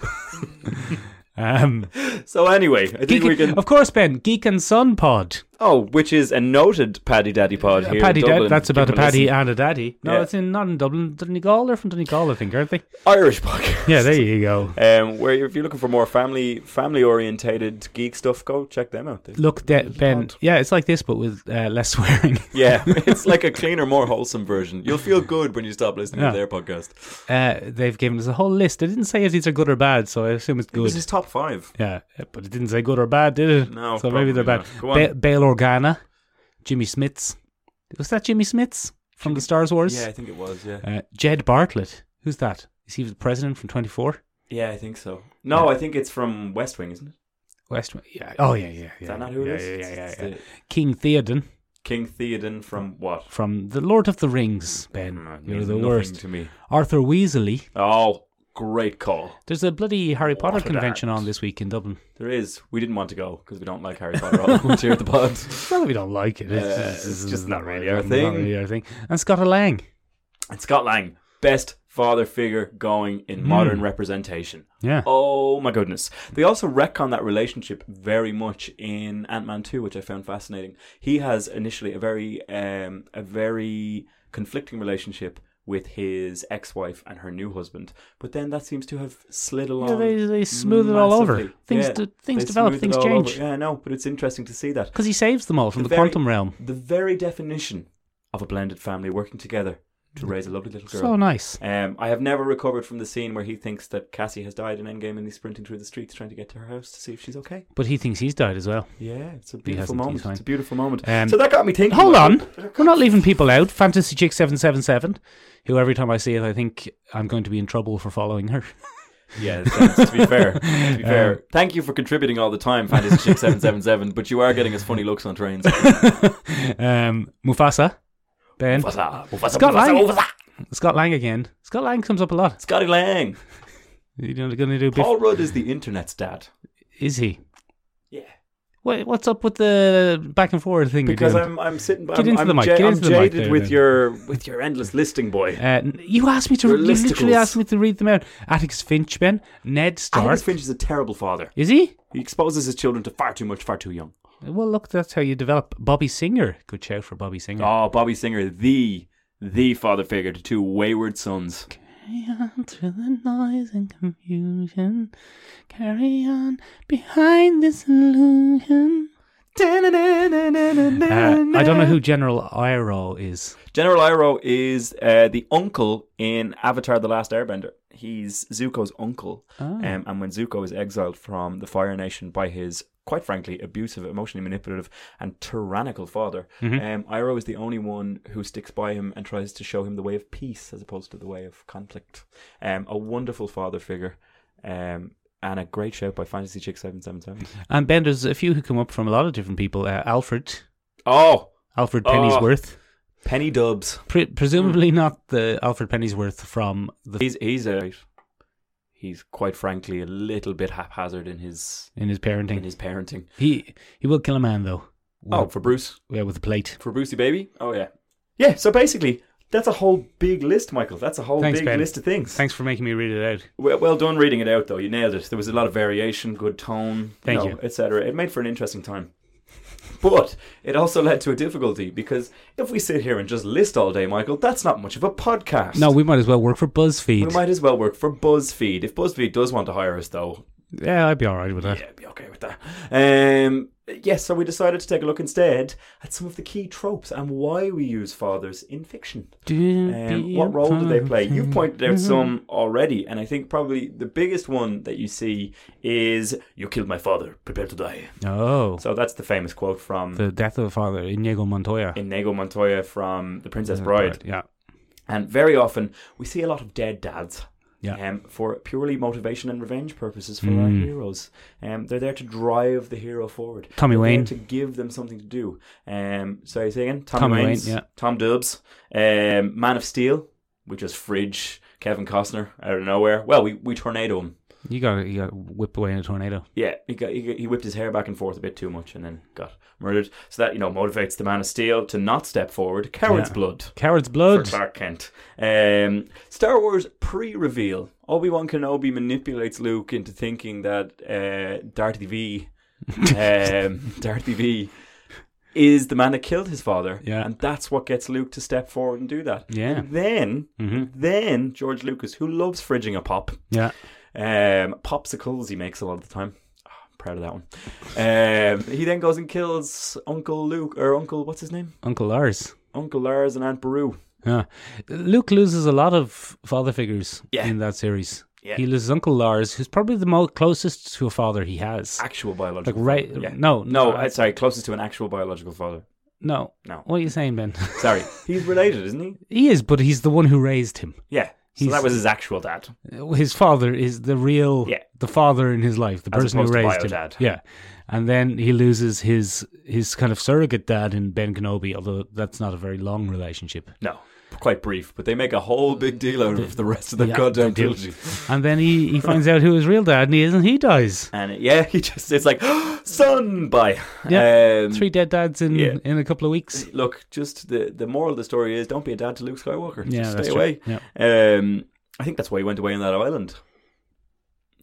S2: um,
S3: So anyway, I think
S2: Geek-
S3: we can.
S2: Of course, Ben. Geek and Son Pod.
S3: Oh, which is a noted Paddy Daddy pod
S2: A
S3: here.
S2: paddy
S3: in
S2: dad.
S3: Dublin.
S2: That's about a
S3: Give 'em
S2: paddy
S3: listen.
S2: and a daddy. No,
S3: Yeah.
S2: it's in not in Dublin. Donegal. They're from Donegal, I think, aren't they?
S3: Irish podcast.
S2: Yeah, there you go.
S3: Um, where if you're looking for more family family orientated geek stuff, go check them out. They-
S2: Look, that Ben.
S3: pod.
S2: Yeah, it's like this, but with uh, less swearing.
S3: Yeah, it's like a cleaner, more wholesome version. You'll feel good when you stop listening
S2: Yeah.
S3: to their podcast.
S2: Uh, they've given us a whole list. They didn't say if these are good or bad, so I assume it's good.
S3: This is top five.
S2: Yeah, eh, but it didn't say good or bad, did it?
S3: No,
S2: So maybe they're bad.
S3: probably not. Go
S2: Ba-
S3: on.
S2: Bail Organa, Jimmy Smits. Was that Jimmy Smits from the Star Wars?
S3: Yeah, I think it was. Yeah,
S2: Uh, Jed Bartlett. Who's that? Is he the president from 24?
S3: yeah, I think so. No, I think it's from West Wing, isn't it?
S2: West. Yeah. Oh, yeah, yeah. yeah.
S3: Is that not who it
S2: yeah,
S3: is?
S2: Yeah, yeah, yeah.
S3: It's
S2: yeah.
S3: the
S2: King Theoden
S3: King Theoden from what?
S2: from The Lord of the Rings, Ben.
S3: Mm, it
S2: You're
S3: means
S2: the
S3: nothing
S2: worst.
S3: to me.
S2: Arthur Weasley.
S3: Oh, great call.
S2: There's a bloody Harry Potter
S3: What a
S2: convention
S3: dad.
S2: on this week in Dublin.
S3: There is. We didn't want to go because we don't like Harry Potter. All that much here at the pod.
S2: It's not that we don't like it. It's,
S3: Yeah,
S2: just,
S3: it's just not really our
S2: not
S3: thing.
S2: really our thing. And Scott Lang.
S3: And Scott Lang, best father figure going in
S2: Hmm.
S3: modern representation.
S2: Yeah.
S3: Oh my goodness. They also wreck on that relationship very much in Ant Man 2, which I found fascinating. He has initially a very um, a very conflicting relationship with his ex wife and her new husband. But then that seems to have slid along.
S2: Yeah, they, they smooth it all over.
S3: massively.
S2: Things
S3: Yeah,
S2: de- things
S3: they
S2: develop,
S3: smooth it
S2: things
S3: all
S2: change.
S3: over. Yeah, I know, but it's interesting to see that.
S2: Because he saves them all from
S3: The
S2: the,
S3: very-
S2: quantum realm.
S3: The very definition of a blended family working together to raise a lovely little girl.
S2: Mm. So nice.
S3: Um, I have never recovered from the scene where he thinks that Cassie has died in Endgame and he's sprinting through the streets trying to get to her house to see if she's okay.
S2: But he thinks he's died as well.
S3: Yeah, it's a
S2: hasn't,
S3: beautiful
S2: he's
S3: moment.
S2: fine.
S3: It's a beautiful moment.
S2: Um,
S3: so that got me thinking.
S2: Hold on.
S3: like,
S2: We're not leaving people out. Fantasy Chick 777, who every time I see it, I think I'm going to be in trouble for following her.
S3: Yeah, that's- to be fair. To be fair.
S2: Um,
S3: Thank you for contributing all the time, Fantasy Chick 777, but you are getting us funny looks on trains.
S2: um, Mufasa, Ben.
S3: Mufasa, Mufasa,
S2: Scott
S3: Mufasa,
S2: Lang.
S3: Mufasa.
S2: Scott Lang again. Scott Lang comes up a lot.
S3: Scotty Lang.
S2: You know, going to do a bit.
S3: Paul Rudd is the internet's dad.
S2: Is he?
S3: Yeah.
S2: Wait, what's up with the back and forward thing?
S3: Because
S2: you're doing?
S3: I'm I'm sitting
S2: Get
S3: I'm,
S2: into
S3: I'm,
S2: the mic,
S3: ja-
S2: get
S3: I'm
S2: into the mic
S3: jaded
S2: there,
S3: with
S2: then.
S3: your with your endless listing boy.
S2: Uh, n- you asked me to.
S3: Your
S2: You literally
S3: listicles.
S2: asked me to read them out. Atticus Finch, Ben. Ned Stark.
S3: Atticus Finch is a terrible father.
S2: Is he?
S3: He exposes his children to far too much, far too young.
S2: Well, look, that's how you develop. Bobby Singer. Good shout for Bobby Singer.
S3: Oh, Bobby Singer, the the father figure to two wayward sons.
S2: Carry on through the noise and confusion. Carry on behind this illusion. Uh, I don't know who General Iro is.
S3: General Iroh is uh, the uncle in Avatar: The Last Airbender. He's Zuko's uncle,
S2: Oh.
S3: um, and when Zuko is exiled from the Fire Nation by his quite frankly abusive, emotionally manipulative, and tyrannical father, um, Iroh is the only one who sticks by him and tries to show him the way of peace as opposed to the way of conflict. Um, a wonderful father figure, um, and a great shout by Fantasy Chick Seven Seven Seven.
S2: And Ben, there's a few who come up from a lot of different people. Uh, Alfred,
S3: Oh,
S2: Alfred
S3: Oh.
S2: Pennyworth,
S3: Penny Dubs.
S2: Pre- presumably not the Alfred Pennyworth from the
S3: He's he's a he's quite frankly a little bit haphazard in his
S2: in his parenting.
S3: in his parenting.
S2: He he will kill a man though. With
S3: Oh, for Bruce,
S2: a, yeah, with a plate.
S3: for Brucey baby. Oh yeah, yeah. So basically, that's a whole big list, Michael. That's a whole
S2: Thanks,
S3: big
S2: Ben.
S3: list of things.
S2: Thanks for making me read it out.
S3: Well, well done reading it out, though. You nailed it. There was a lot of variation, good tone,
S2: Thank you.
S3: etc. It made for an interesting time. But it also led to a difficulty because if we sit here and just list all day, Michael, that's not much of a podcast.
S2: No, we might as well work for BuzzFeed.
S3: we might as well work for BuzzFeed. If BuzzFeed does want to hire us, though,
S2: Yeah, I'd be all right with that.
S3: Yeah, I'd be okay with that. Um, yes, so we decided to take a look instead at some of the key tropes and why we use fathers in fiction.
S2: Do
S3: Um,
S2: Mm, be Mm-hmm.
S3: what role do they
S2: fun.
S3: play? You've pointed out some already, and I think probably the biggest one that you see is "You killed my father, prepare to die."
S2: Oh,
S3: So that's the famous quote from
S2: the death of a father, Inigo Montoya.
S3: Inigo Montoya from *The Princess Bride*.
S2: Yeah.
S3: And very often we see a lot of dead dads.
S2: Yeah.
S3: Um, for purely motivation and revenge purposes for our
S2: Mm.
S3: heroes. Um, they're there to drive the hero forward.
S2: Tommy
S3: They're there
S2: Wayne.
S3: to give them something to do. Um, so you say again, Tommy,
S2: Tommy Wayne,
S3: Wayne's,
S2: yeah.
S3: Tom Dubs, um, Man of Steel, which is Fridge, Kevin Costner out of nowhere. Well, we, we tornado him.
S2: You got you got whipped away in a tornado.
S3: Yeah, he got he, got- he whipped his hair back and forth a bit too much and then got murdered. So that you know motivates the Man of Steel to not step forward. Coward's
S2: Yeah.
S3: blood
S2: Coward's
S3: for
S2: blood.
S3: Clark Kent. Um, Star Wars pre-reveal: Obi Wan Kenobi manipulates Luke into thinking that uh, Darth V, um, Darth V, is the man that killed his father,
S2: Yeah.
S3: and that's what gets Luke to step forward and do that.
S2: Yeah. mm-hmm,
S3: And then, then George Lucas, who loves fridging a pop,
S2: Yeah.
S3: um, popsicles he makes a lot of the time. Ah, I'm Proud of that one. Um, he then goes and kills Uncle Luke or Uncle what's his name?
S2: Uncle Lars.
S3: Uncle Lars and Aunt Beru.
S2: Yeah. Luke loses a lot of father figures
S3: Yeah.
S2: in that series.
S3: Yeah.
S2: He loses Uncle Lars, who's probably the mo- closest to a father he has.
S3: actual
S2: Like
S3: biological
S2: right?
S3: father. Yeah.
S2: No,
S3: No,
S2: I-
S3: uh, sorry, closest to an actual biological father.
S2: no.
S3: No.
S2: What are you saying, Ben?
S3: Sorry. He's related, isn't he?
S2: he is, but he's the one who raised him.
S3: Yeah. So
S2: He's-
S3: that was his actual dad.
S2: His father is the real,
S3: Yeah.
S2: the father in his life, the
S3: As
S2: person who
S3: opposed to
S2: raised
S3: bio
S2: him.
S3: dad.
S2: Yeah, and then he loses his his kind of surrogate dad in Ben Kenobi. Although that's not a very long relationship.
S3: No. Quite brief, but they make a whole big deal out of the rest of the
S2: Yeah,
S3: goddamn
S2: they do.
S3: trilogy.
S2: And then he, he finds out who his real dad and he is, and he dies.
S3: And it- yeah, he just it's like son bye.
S2: Yeah,
S3: Um,
S2: Three dead dads in
S3: yeah.
S2: in a couple of weeks.
S3: Look, just the the moral of the story is don't be a dad to Luke Skywalker.
S2: Yeah,
S3: just
S2: that's true.
S3: stay away.
S2: Yeah.
S3: Um, I think that's why he went away on that island.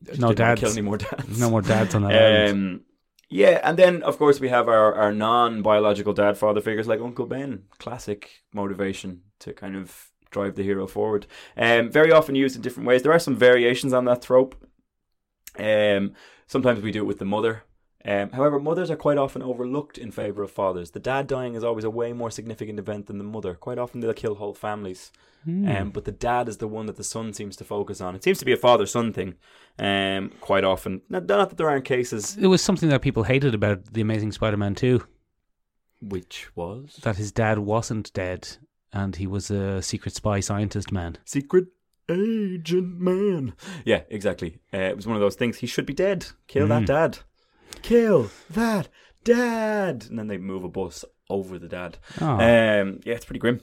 S3: Just
S2: No
S3: didn't wanna
S2: dads.
S3: Kill any more dads.
S2: No more dads on that island.
S3: Um, yeah, and then of course we have our, our non biological dad father figures like Uncle Ben, classic motivation to kind of drive the hero forward. Um, very often used in different ways. There are some variations on that trope. Um, sometimes we do it with the mother. Um, however, mothers are quite often overlooked in favor of fathers. The dad dying is always a way more significant event than the mother. Quite often, they'll kill whole families.
S2: Hmm.
S3: Um, but the dad is the one that the son seems to focus on. It seems to be a father son thing um, quite often. Not, not that there aren't cases.
S2: It was something that people hated about The Amazing Spider Man 2
S3: Which was?
S2: that his dad wasn't dead and he was a secret spy scientist man.
S3: Secret agent man. Yeah, exactly. Uh, it was one of those things. He should be dead. Kill that
S2: Mm.
S3: dad. Kill that dad. And then they move a bus over the dad.
S2: Oh.
S3: Um, yeah, it's pretty grim.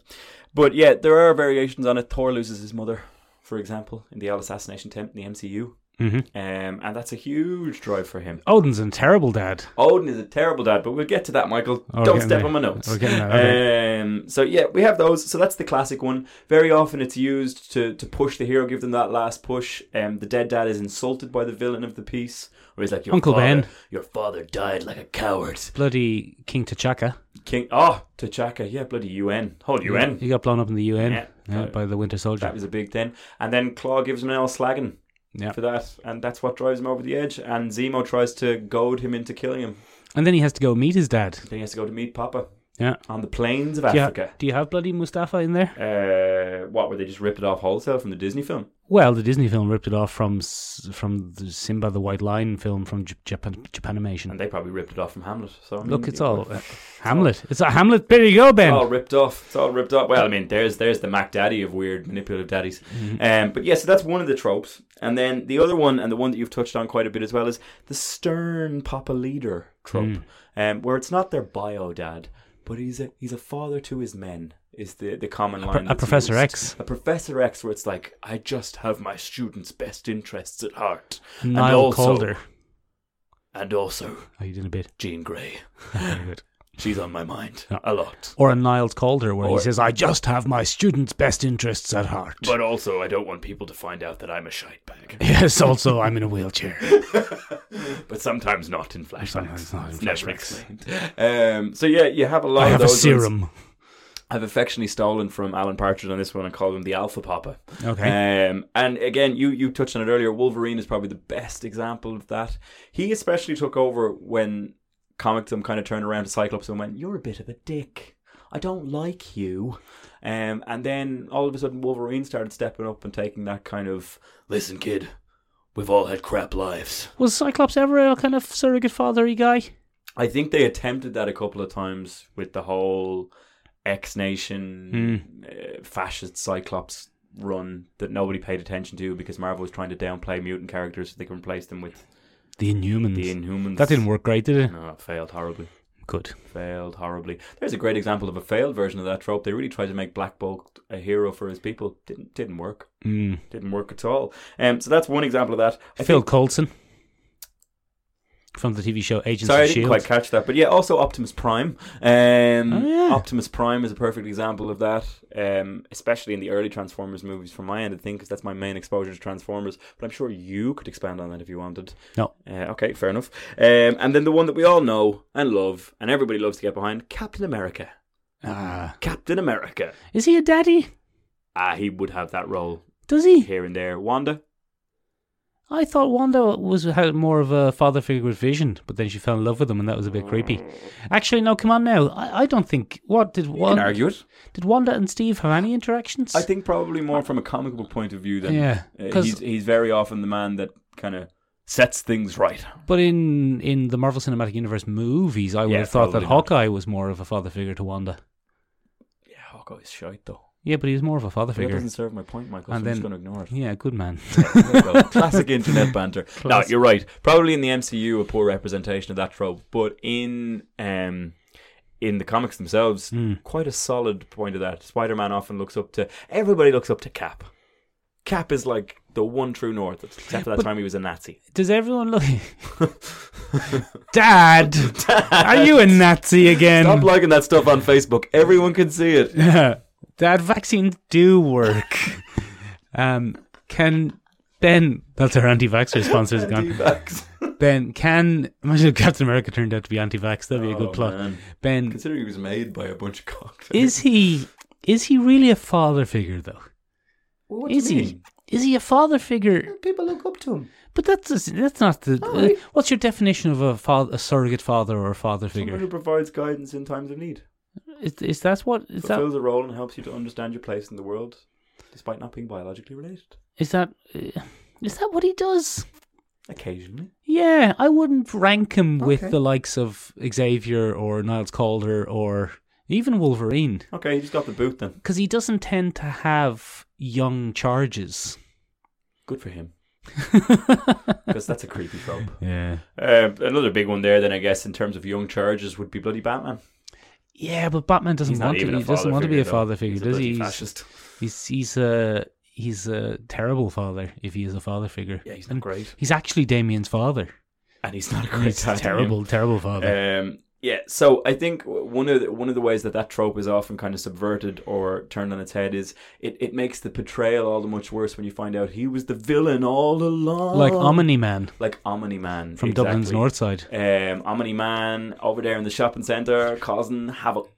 S3: But yeah, there are variations on it. Thor loses his mother, for example, in the Al assassination attempt in the MCU.
S2: hmm
S3: Um, and that's a huge drive for him.
S2: Odin's a terrible dad.
S3: Odin is a terrible dad, but we'll get to that, Michael.
S2: Oh, we're
S3: Don't
S2: getting
S3: step
S2: there.
S3: on my notes.
S2: We're getting there,
S3: Um, so yeah, we have those. So that's the classic one. Very often it's used to to push the hero, give them that last push. Um, the dead dad is insulted by the villain of the piece, or he's like, your
S2: Uncle
S3: father,
S2: Ben.
S3: your father died like a coward."
S2: Bloody King T'Chaka.
S3: King, oh, T'Chaka, yeah, bloody UN, whole UN.
S2: He got blown up in the UN
S3: Yeah.
S2: yeah, by the Winter Soldier.
S3: That was a big thing. And then Claw gives him an L slagging
S2: Yeah.
S3: for that, and that's what drives him over the edge. And Zemo tries to goad him into killing him.
S2: and then he has to go meet his dad.
S3: Then he has to go to meet Papa
S2: Yeah.
S3: on the plains of
S2: Do you, ha-
S3: Africa.
S2: do you have bloody Mustafa in there?
S3: Uh, what were they just ripped it off wholesale from the Disney film?
S2: Well, the Disney film ripped it off from S- from the Simba the White Lion film from J- Japan Japanimation.
S3: And they probably ripped it off from Hamlet. So I mean,
S2: Look, it's
S3: you know,
S2: all uh, Hamlet. It's a Hamlet. There you go,
S3: it's
S2: Ben.
S3: all ripped off. It's all ripped off. Well, I mean, there's there's the Mac Daddy of weird manipulative daddies.
S2: Mm-hmm.
S3: Um, but yeah, so that's one of the tropes. And then the other one, and the one that you've touched on quite a bit as well, is the stern Papa leader trope,
S2: Mm.
S3: um, where it's not their bio dad, but he's a he's a father to his men. Is the the common
S2: Pro-
S3: line?
S2: a
S3: that's
S2: Professor
S3: used.
S2: X.
S3: a Professor X, where it's like, I just have my students' best interests at heart,
S2: Niall
S3: also-
S2: Calder.
S3: and also
S2: Oh, you did a bit.
S3: Jean Grey.
S2: Very good.
S3: She's on my mind
S2: Yeah.
S3: a lot.
S2: Or a Niles Calder where he
S3: Or-
S2: says, I just have my students' best interests at heart.
S3: But also, I don't want people to find out that I'm a shite bag.
S2: yes, also, I'm in a wheelchair.
S3: But sometimes not in flashbacks.
S2: Sometimes not in
S3: It's never
S2: flashbacks.
S3: explained. Um, so yeah, you have a lot
S2: I
S3: of
S2: have a
S3: those ones.
S2: serum.
S3: I've affectionately stolen from Alan Partridge on this one and called him the Alpha Papa.
S2: Okay.
S3: Um, and again, you you touched on it earlier. Wolverine is probably the best example of that. He especially took over when Comicdom kind of turned around to Cyclops and went, "You're a bit of a dick. I don't like you." Um, and then all of a sudden, Wolverine started stepping up and taking that kind of listen, kid. We've all had crap lives.
S2: was Cyclops ever a kind of surrogate fathery guy?
S3: I think they attempted that a couple of times with the whole X
S2: Hmm,
S3: Nation uh, fascist Cyclops run that nobody paid attention to because Marvel was trying to downplay mutant characters so they can replace them with
S2: The Inhumans.
S3: the Inhumans.
S2: that didn't work great, did it?
S3: No, it failed horribly.
S2: Good.
S3: Failed horribly. There's a great example of a failed version of that trope. They really tried to make Black Bolt a hero for his people. Didn't didn't work.
S2: Mm.
S3: Didn't work at all. Um, so that's one example of that. I
S2: Phil
S3: think-
S2: Coulson from the TV show Agents
S3: Sorry, I
S2: of
S3: didn't
S2: Shield.
S3: quite catch that. But yeah, also Optimus Prime. Um,
S2: Oh, yeah.
S3: Optimus Prime is a perfect example of that, um, especially in the early Transformers movies from my end of things, because that's my main exposure to Transformers. But I'm sure you could expand on that if you wanted.
S2: No.
S3: Uh, okay, fair enough. Um, and then the one that we all know and love, and everybody loves to get behind Captain America.
S2: Ah.
S3: Captain America.
S2: is he a daddy?
S3: Ah, he would have that role
S2: Does he?
S3: here and there. Wanda?
S2: I thought Wanda was had more of a father figure with Vision, but then she fell in love with him, and that was a bit creepy. Actually, no, come on now. I, I don't think what did
S3: You can
S2: Wanda
S3: argue it.
S2: did Wanda and Steve have any interactions?
S3: I think probably more from a comic book point of view than
S2: yeah,
S3: Uh,
S2: 'cause-
S3: he's he's very often the man that kind of sets things right.
S2: but in in the Marvel Cinematic Universe movies, I would
S3: Yeah,
S2: have thought that
S3: probably not.
S2: Hawkeye was more of a father figure to Wanda.
S3: Yeah,
S2: oh,
S3: Hawkeye's shite though.
S2: Yeah, but he was more of a father
S3: That
S2: figure.
S3: doesn't serve my point, Michael.
S2: And
S3: so I'm just
S2: then-
S3: going to ignore it.
S2: Yeah, good man.
S3: Well, classic internet banter. No,
S2: Classic.
S3: you're right. Probably in the MCU, a poor representation of that trope, but in um, in the comics themselves,
S2: Hmm.
S3: quite a solid point of that. Spider-Man often looks up to everybody. Looks up to Cap. Cap is like the one true north, except for that
S2: But-
S3: time he was a Nazi.
S2: Does everyone look? Dad, are you a Nazi again?
S3: Stop liking that stuff on Facebook. Everyone can see it.
S2: Dad, vaccines do work. um, can Ben? That's our anti-vaxxer sponsor is gone.
S3: Anti-vax.
S2: Ben, can imagine if Captain America turned out to be anti-vax? That'd be a
S3: Oh,
S2: good plot.
S3: man.
S2: Ben,
S3: Considering he was made by a bunch of cocks.
S2: is he is he really a father figure though?
S3: What do you
S2: Is he?
S3: mean?
S2: Is he a father figure?
S1: People look up to him.
S2: But that's that's not the. uh,
S1: Oh, right.
S2: what's your definition of a father, a surrogate father or a father
S3: Someone
S2: figure?
S3: who provides guidance in times of need,
S2: Is, is that what is that
S3: fulfills a role and helps you to understand your place in the world, despite not being biologically related.
S2: is that uh, is that what he does?
S3: Occasionally,
S2: Yeah, I wouldn't rank him with
S1: Okay.
S2: the likes of Xavier or Niles Calder or even Wolverine
S3: okay, he just got the boot then.
S2: because he doesn't tend to have young charges.
S3: Good for him, because that's a creepy trope.
S2: yeah.
S3: Uh, another big one there, then I guess in terms of young charges would be bloody Batman.
S2: Yeah, but Batman doesn't
S3: He's not
S2: want to.
S3: even
S2: be-
S3: a
S2: He doesn't
S3: father
S2: want to be
S3: figure,
S2: a
S3: though.
S2: father figure,
S3: He's a
S2: does
S3: bloody
S2: he? He's-
S3: fascist.
S2: He's he's a he's a terrible father if he is a father figure.
S3: Yeah, he's not
S2: And
S3: great,
S2: He's actually Damien's father.
S3: and he's not a great.
S2: He's a
S3: dad,
S2: terrible, terrible father.
S3: Um, yeah, so I think w- one of the, one of the ways that that trope is often kind of subverted or turned on its head is it, it makes the portrayal all the much worse when you find out he was the villain all along,
S2: like Omni Man
S3: like Omni Man
S2: from Dublin's north side.
S3: Um, Omni Man over there in the shopping centre causing havoc.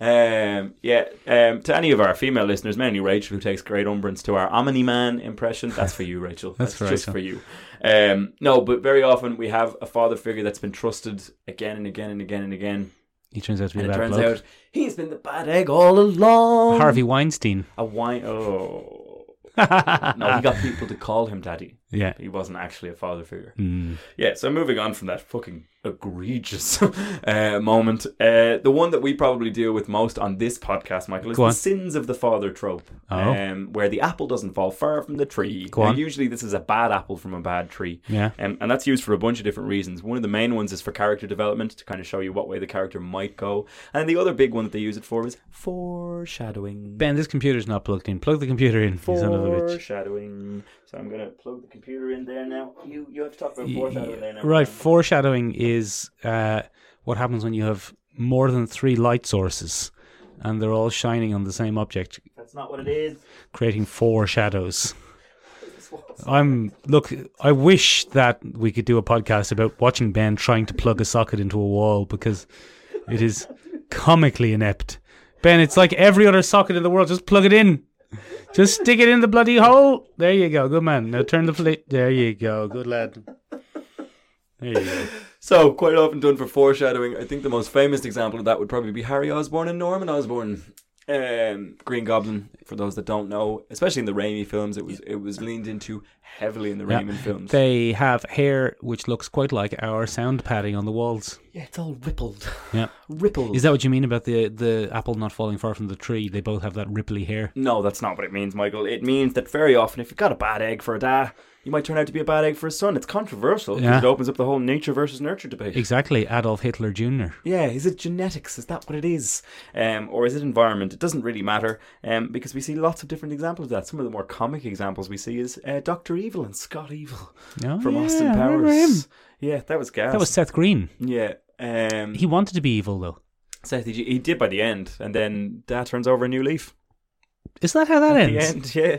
S3: Um, yeah, um, to any of our female listeners, mainly Rachel, who takes great umbrance to our Omni Man impression, that's for you, Rachel.
S2: That's for
S3: just
S2: Rachel.
S3: for you. Um, no, but very often we have a father figure that's been trusted again and again and again and again,
S2: He turns out to be a
S3: and it
S2: bad
S3: turns
S2: bloke.
S3: out he's been the bad egg all along.
S2: Harvey Weinstein.
S3: a wine. Oh no,
S2: no,
S3: he got people to call him daddy.
S2: Yeah.
S3: He wasn't actually a father figure.
S2: Mm.
S3: Yeah, so moving on from that fucking egregious uh, moment, uh, the one that we probably deal with most on this podcast, Michael, is
S2: Go
S3: the
S2: on.
S3: sins of the father trope,
S2: Oh.
S3: um, where the apple doesn't fall far from the tree.
S2: Go
S3: Now,
S2: on.
S3: usually, this is a bad apple from a bad tree.
S2: Yeah.
S3: Um, and that's used for a bunch of different reasons. One of the main ones is for character development to kind of show you what way the character might go. And the other big one that they use it for is foreshadowing.
S2: Ben, this computer's not plugged in. Plug the computer in. He's another bitch.
S3: foreshadowing. So I'm gonna plug the computer in there now. You you have to talk about foreshadowing there now.
S2: Right, foreshadowing is uh, what happens when you have more than three light sources and they're all shining on the same object,
S3: That's not what it is.
S2: creating four shadows. I'm look. I wish that we could do a podcast about watching Ben trying to plug a socket into a wall because it is comically inept. Ben, it's like every other socket in the world. Just plug it in. Just stick it in the bloody hole. There you go. Good man. Now turn the plate. There you go. Good lad. There you go.
S3: So quite often done for foreshadowing. I think the most famous example of that would probably be Harry Osborn and Norman Osborn. Um, Green Goblin, for those that don't know, especially in the Raimi films, it was it was leaned into heavily in the
S2: Yeah.
S3: Raimi films.
S2: They have hair which looks quite like our sound padding on the walls.
S3: yeah, it's all rippled.
S2: Yeah.
S3: rippled.
S2: Is that what you mean about the the apple not falling far from the tree? They both have that ripply hair.
S3: No, that's not what it means, Michael. It means that very often, if you've got a bad egg for a dad, you might turn out to be a bad egg for a son. It's controversial because
S2: Yeah.
S3: it opens up the whole nature versus nurture debate.
S2: Exactly, Adolf Hitler Jr.
S3: yeah, is it genetics? Is that what it is? Um, or is it environment? It doesn't really matter um, because we see lots of different examples of that. Some of the more comic examples we see is uh, Dr. Evil and Scott Evil
S2: Oh,
S3: from
S2: yeah,
S3: Austin
S2: I remember him.
S3: Powers. Yeah, that was gas.
S2: That was Seth Green.
S3: Yeah. Um,
S2: He wanted to be evil, though.
S3: Seth, he, he did by the end, and then dad turns over a new leaf.
S2: Is that how that
S3: At the
S2: ends?
S3: end, yeah.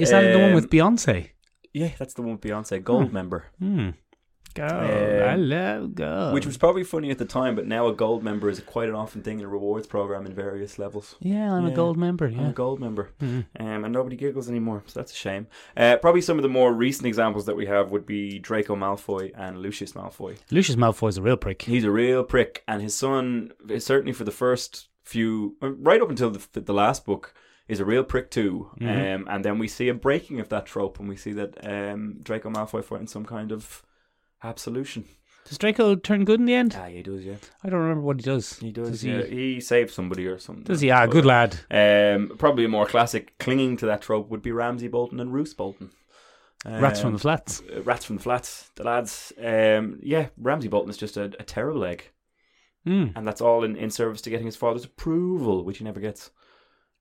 S2: Is that the one
S3: Um,
S2: with Beyonce?
S3: Yeah, that's the one with Beyonce, Gold member.
S2: Hmm. Go,
S3: Um,
S2: I love go.
S3: Which was probably funny at the time, but now a gold member is quite an often thing in a rewards program in various levels.
S2: yeah, I'm
S3: Yeah.
S2: a gold member.
S3: I'm
S2: Yeah.
S3: a gold member,
S2: Mhm.
S3: um, and nobody giggles anymore, so that's a shame. Uh, probably some of the more recent examples that we have would be Draco Malfoy and Lucius Malfoy.
S2: Lucius Malfoy's a real prick.
S3: He's a real prick, and his son, is certainly for the first few, um, right up until the, the last book, is a real prick too.
S2: Mhm.
S3: Um, and then we see a breaking of that trope, and we see that um, Draco Malfoy fighting some kind of absolution.
S2: Does Draco turn good in the end?
S3: Ah, he does, yeah.
S2: I don't remember what he does.
S3: He does.
S2: Does he?
S3: yeah. he? saves somebody or something.
S2: Does he? Ah, good lad.
S3: Um, probably a more classic clinging to that trope would be Ramsey Bolton and Roose Bolton. Um,
S2: Rats from the flats.
S3: uh, rats from the flats, the lads. Um, yeah, Ramsey Bolton is just a, a terrible egg,
S2: Mm.
S3: and that's all in, in service to getting his father's approval, which he never gets.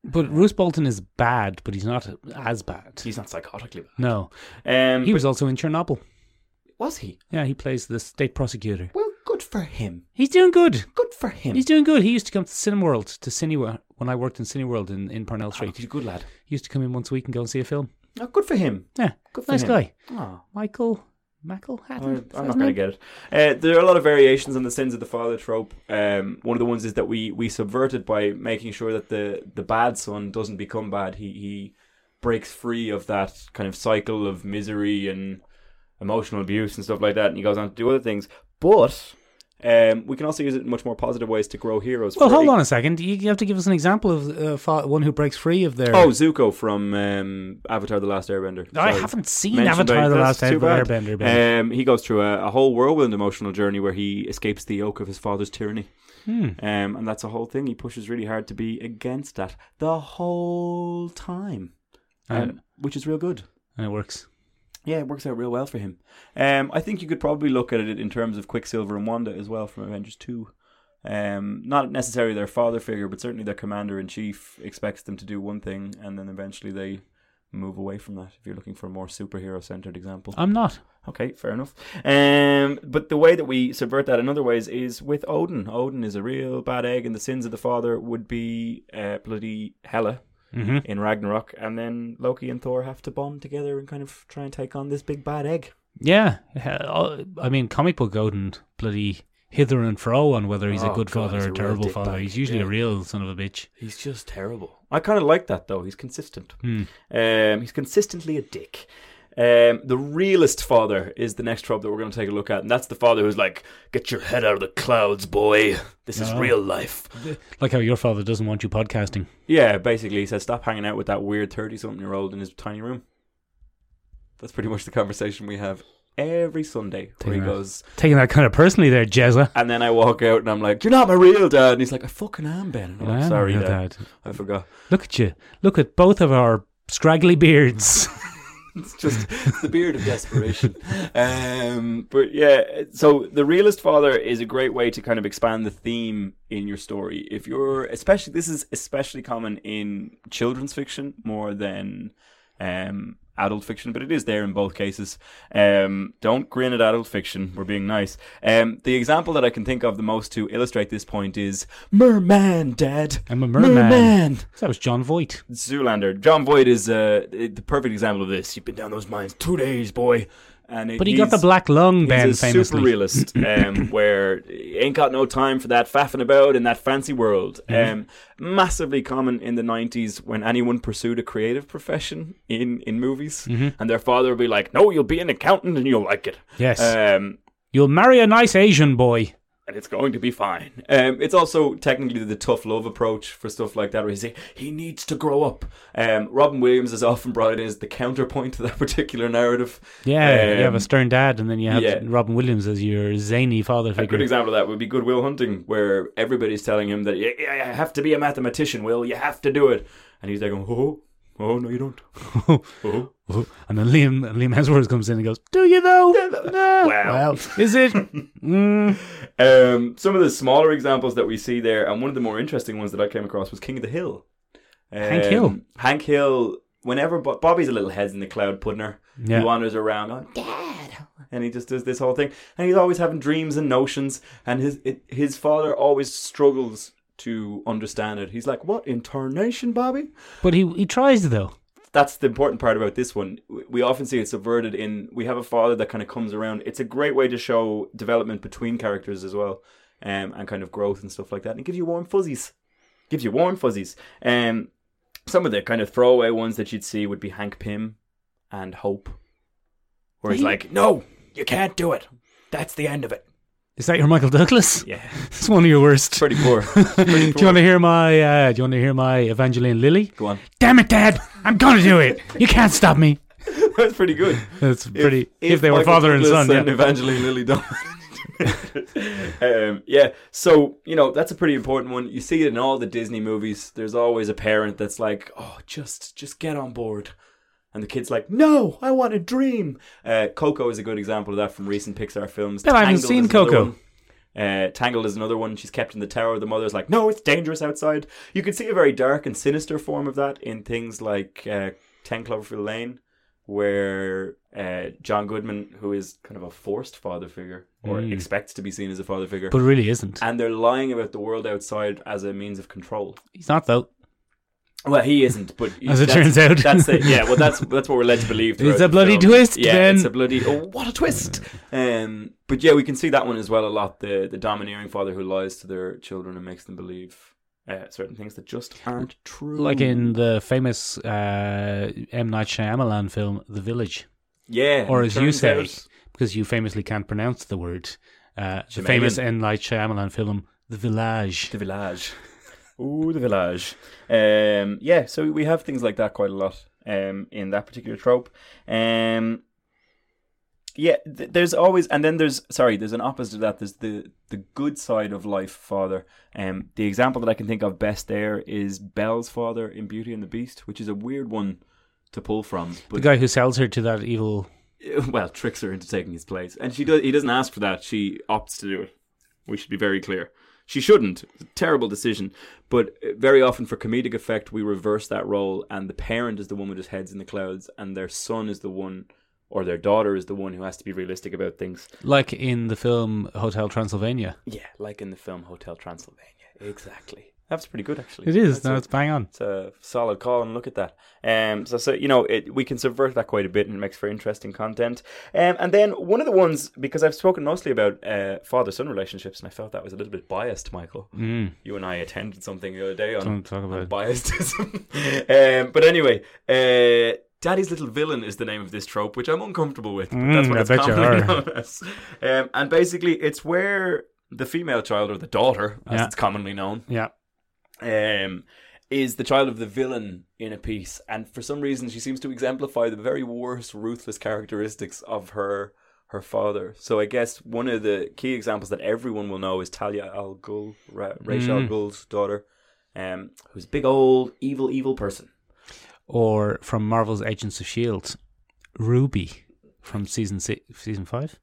S2: But Roose Bolton is bad, but he's not as bad.
S3: He's not psychotically
S2: No,
S3: bad. Um,
S2: he was also in Chernobyl.
S3: was he?
S2: Yeah, he plays the state prosecutor.
S3: Well, good for him.
S2: He's doing good.
S3: Good for him.
S2: He's doing good. He used to come to Cineworld to Cinewa when I worked in Cineworld in, in Parnell
S3: Ah,
S2: Street.
S3: he's a good lad.
S2: He used to come in once a week and go and see a film.
S3: Oh, good for him.
S2: Yeah,
S3: Good for
S2: nice
S3: him.
S2: guy.
S3: Ah.
S2: Michael Mackle Hatton.
S3: I-
S2: is that
S3: I'm
S2: his
S3: not going to
S2: name?
S3: get it. Uh, there are a lot of variations on the sins of the father trope. Um, one of the ones is that we we subvert it by making sure that the the bad son doesn't become bad. He he breaks free of that kind of cycle of misery and emotional abuse and stuff like that, and he goes on to do other things. But um, we can also use it in much more positive ways to grow heroes.
S2: Well,
S3: For
S2: hold
S3: e-
S2: on a second. You have to give us an example of uh, fa- one who breaks free of their.
S3: Oh, Zuko from um, Avatar: The Last Airbender.
S2: I
S3: Sorry.
S2: haven't seen
S3: Mentioned
S2: Avatar:
S3: by-
S2: The
S3: that's
S2: Last
S3: too bad.
S2: Airbender. but-
S3: Um, he goes through a, a whole whirlwind emotional journey where he escapes the yoke of his father's tyranny.
S2: Hmm.
S3: Um, and that's a whole thing. He pushes really hard to be against that the whole time, um,
S2: And-
S3: which is real good.
S2: and it works.
S3: Yeah, it works out real well for him. Um, I think you could probably look at it in terms of Quicksilver and Wanda as well from Avengers 2. Um, not necessarily their father figure, but certainly their commander in chief expects them to do one thing, and then eventually they move away from that. If you're looking for a more superhero centered example,
S2: I'm not.
S3: Okay, fair enough. Um, but the way that we subvert that in other ways is with Odin. Odin is a real bad egg, and the sins of the father would be uh, bloody Hela
S2: hmm
S3: in Ragnarok, and then Loki and Thor have to bond together and kind of try and take on this big bad egg.
S2: Yeah, uh, I mean, comic book Odin, bloody hither and fro on whether he's
S3: Oh,
S2: a good
S3: God,
S2: father or
S3: he's a
S2: a
S3: real
S2: terrible
S3: dickbag,
S2: father. He's usually
S3: yeah.
S2: a real son of a bitch.
S3: He's just terrible. I kind of like that though. He's consistent.
S2: Hmm.
S3: Um, he's consistently a dick. Um, the realist father is the next trope that we're going to take a look at, and that's the father who's like, "Get your head out of the clouds, boy. This is
S2: Oh.
S3: real life."
S2: Like how your father doesn't want you podcasting.
S3: Yeah, basically, he says stop hanging out with that weird thirty-something-year-old in his tiny room. That's pretty much the conversation we have every Sunday. Where he
S2: Right.
S3: goes,
S2: Taking that kind of personally there, Jezza.
S3: and then I walk out and I'm like, "You're not my real dad," and he's like, "I fucking am, Ben." And I'm like,
S2: Oh, Yeah,
S3: Sorry,
S2: no
S3: dad.
S2: doubt.
S3: I forgot.
S2: Look at you. Look at both of our scraggly beards.
S3: It's just the beard of desperation. Um, but yeah, so the realist father is a great way to kind of expand the theme in your story. If you're especially, this is especially common in children's fiction more than um, adult fiction, but it is there in both cases. Um, don't grin at adult fiction. We're being nice. Um, the example that I can think of the most to illustrate this point is Merman, Dad.
S2: I'm a merman.
S3: Merman.
S2: That was John Voight.
S3: Zoolander. John Boyd is uh, the perfect example of this. You've been down those mines two days, boy. And it-
S2: But he got
S3: he's-
S2: the black lung,
S3: he's
S2: Ben,
S3: a super
S2: famously.
S3: realist, um, where he ain't got no time for that faffing about in that fancy world.
S2: Mm-hmm.
S3: Um, massively common in the '90s when anyone pursued a creative profession in in movies,
S2: Mm-hmm.
S3: and their father would be like, "No, you'll be an accountant and you'll like it."
S2: yes.
S3: Um,
S2: You'll marry a nice Asian boy.
S3: and it's going to be fine. Um, it's also technically the tough love approach for stuff like that, where you say he needs to grow up. Um, Robin Williams is often brought in as the counterpoint to that particular narrative.
S2: Yeah, you have
S3: Um,
S2: a stern dad, and then you have
S3: yeah.
S2: Robin Williams as your zany father
S3: A good
S2: figure.
S3: example of that would be Good Will Hunting, where everybody's telling him that you, you have to be a mathematician. Will you have to do it? And he's like, oh, oh no, you don't. Oh.
S2: Uh-huh. and then Liam Liam Hemsworth comes in and goes, "Do you though? well, is it? Mm,
S3: Um, some of the smaller examples that we see there, and one of the more interesting ones that I came across was King of the Hill. Um,
S2: Hank Hill.
S3: Hank Hill. Whenever Bo- Bobby's a little heads in the cloud puddiner,
S2: Yeah.
S3: he wanders around, oh, Dad, and he just does this whole thing, and he's always having dreams and notions, and his it, his father always struggles to understand it. He's like, "What in tarnation, Bobby?"
S2: but he he tries though.
S3: that's the important part about this one. We- We often see it subverted in we have a father that kind of comes around. It's a great way to show development between characters as well, um, and kind of growth and stuff like that. And it gives you warm fuzzies. Gives you warm fuzzies. Um, some of the kind of throwaway ones that you'd see would be Hank Pym and Hope, where he's like, "No, you can't do it. That's the end of it."
S2: Is that your Michael Douglas?
S3: Yeah,
S2: It's one of your worst.
S3: pretty poor.
S2: do
S3: pretty
S2: you
S3: poor.
S2: want to hear my? Uh, do you want to hear my Evangeline Lilly?
S3: Go on.
S2: Damn it, Dad! I'm gonna do it. You can't stop me.
S3: That's pretty good.
S2: That's pretty. If, they were
S3: Michael
S2: father and
S3: Douglas
S2: son, yeah.
S3: Evangeline Lilly don't. um, yeah, so you know that's a pretty important one. You see it in all the Disney movies. There's always a parent that's like, "Oh, just just get on board," and the kid's like, "No, I want a dream." Uh, Coco is a good example of that from recent Pixar films.
S2: Ben, I haven't seen
S3: is another
S2: Coco.
S3: one. Uh, Tangled is another one. She's kept in the tower. The mother's like, "No, it's dangerous outside." You can see a very dark and sinister form of that in things like uh, Ten Cloverfield Lane, where uh, John Goodman, who is kind of a forced father figure or
S2: Mm.
S3: expects to be seen as a father figure,
S2: but really isn't.
S3: and they're lying about the world outside as a means of control.
S2: He's not though.
S3: Well, he isn't, but
S2: As it
S3: that's-
S2: turns out.
S3: that's it. Yeah, well, that's that's what we're led to believe. throughout
S2: a
S3: the
S2: bloody
S3: film.
S2: twist,
S3: Yeah,
S2: Ben.
S3: it's a bloody oh, what a twist. Um, but yeah, we can see that one as well a lot. The the domineering father who lies to their children and makes them believe uh, certain things that just aren't true.
S2: Like in the famous uh, M. Night Shyamalan film, The Village.
S3: yeah,
S2: Or as you
S3: turns
S2: say,
S3: out-
S2: because you famously can't pronounce the word, uh, the
S3: Shyamalan.
S2: famous M. Night Shyamalan film, The Village.
S3: the village. Ooh, the village. Um, yeah, so we have things like that quite a lot um, in that particular trope. Um, yeah, th- there's always, and then there's sorry, there's an opposite to that. There's the the good side of life, father. Um, the example that I can think of best there is Belle's father in Beauty and the Beast, which is a weird one to pull from.
S2: the
S3: But
S2: guy who sells her to that evil.
S3: well, tricks her into taking his place, and she does. He doesn't ask for that. She opts to do it. We should be very clear. She shouldn't. It's a terrible decision. But uh, very often, for comedic effect, we reverse that role, and the parent is the one with his head's in the clouds, and their son is the one, or their daughter is the one who has to be realistic about things.
S2: Like in the film Hotel Transylvania.
S3: Yeah, like in the film Hotel Transylvania. Exactly. That's pretty good, actually.
S2: It is.
S3: That's
S2: No,
S3: a-
S2: it's bang on.
S3: it's a solid call and look at that. Um, so, so you know, it, we can subvert that quite a bit and it makes for interesting content. Um, and then one of the ones, because I've spoken mostly about uh, father son relationships, and I felt that was a little bit biased, Michael.
S2: Mm.
S3: You and I attended something the other day on,
S2: Don't talk about
S3: on
S2: it.
S3: biasism. um, but anyway, uh, Daddy's Little Villain is the name of this trope, which I'm uncomfortable with. But that's
S2: Mm,
S3: what
S2: I
S3: it's
S2: bet you
S3: commonly
S2: are.
S3: known as. Um, and basically, it's where the female child or the daughter, as
S2: Yeah.
S3: it's commonly known,
S2: Yeah.
S3: um, is the child of the villain in a piece, and for some reason she seems to exemplify the very worst ruthless characteristics of her her father. So I guess one of the key examples that everyone will know is Talia al Ghul, Ra- Ra's al
S2: Mm.
S3: Ghul's daughter, um, who's a big old evil evil person.
S2: Or from Marvel's Agents of S.H.I.E.L.D., E Ruby from season six, season five.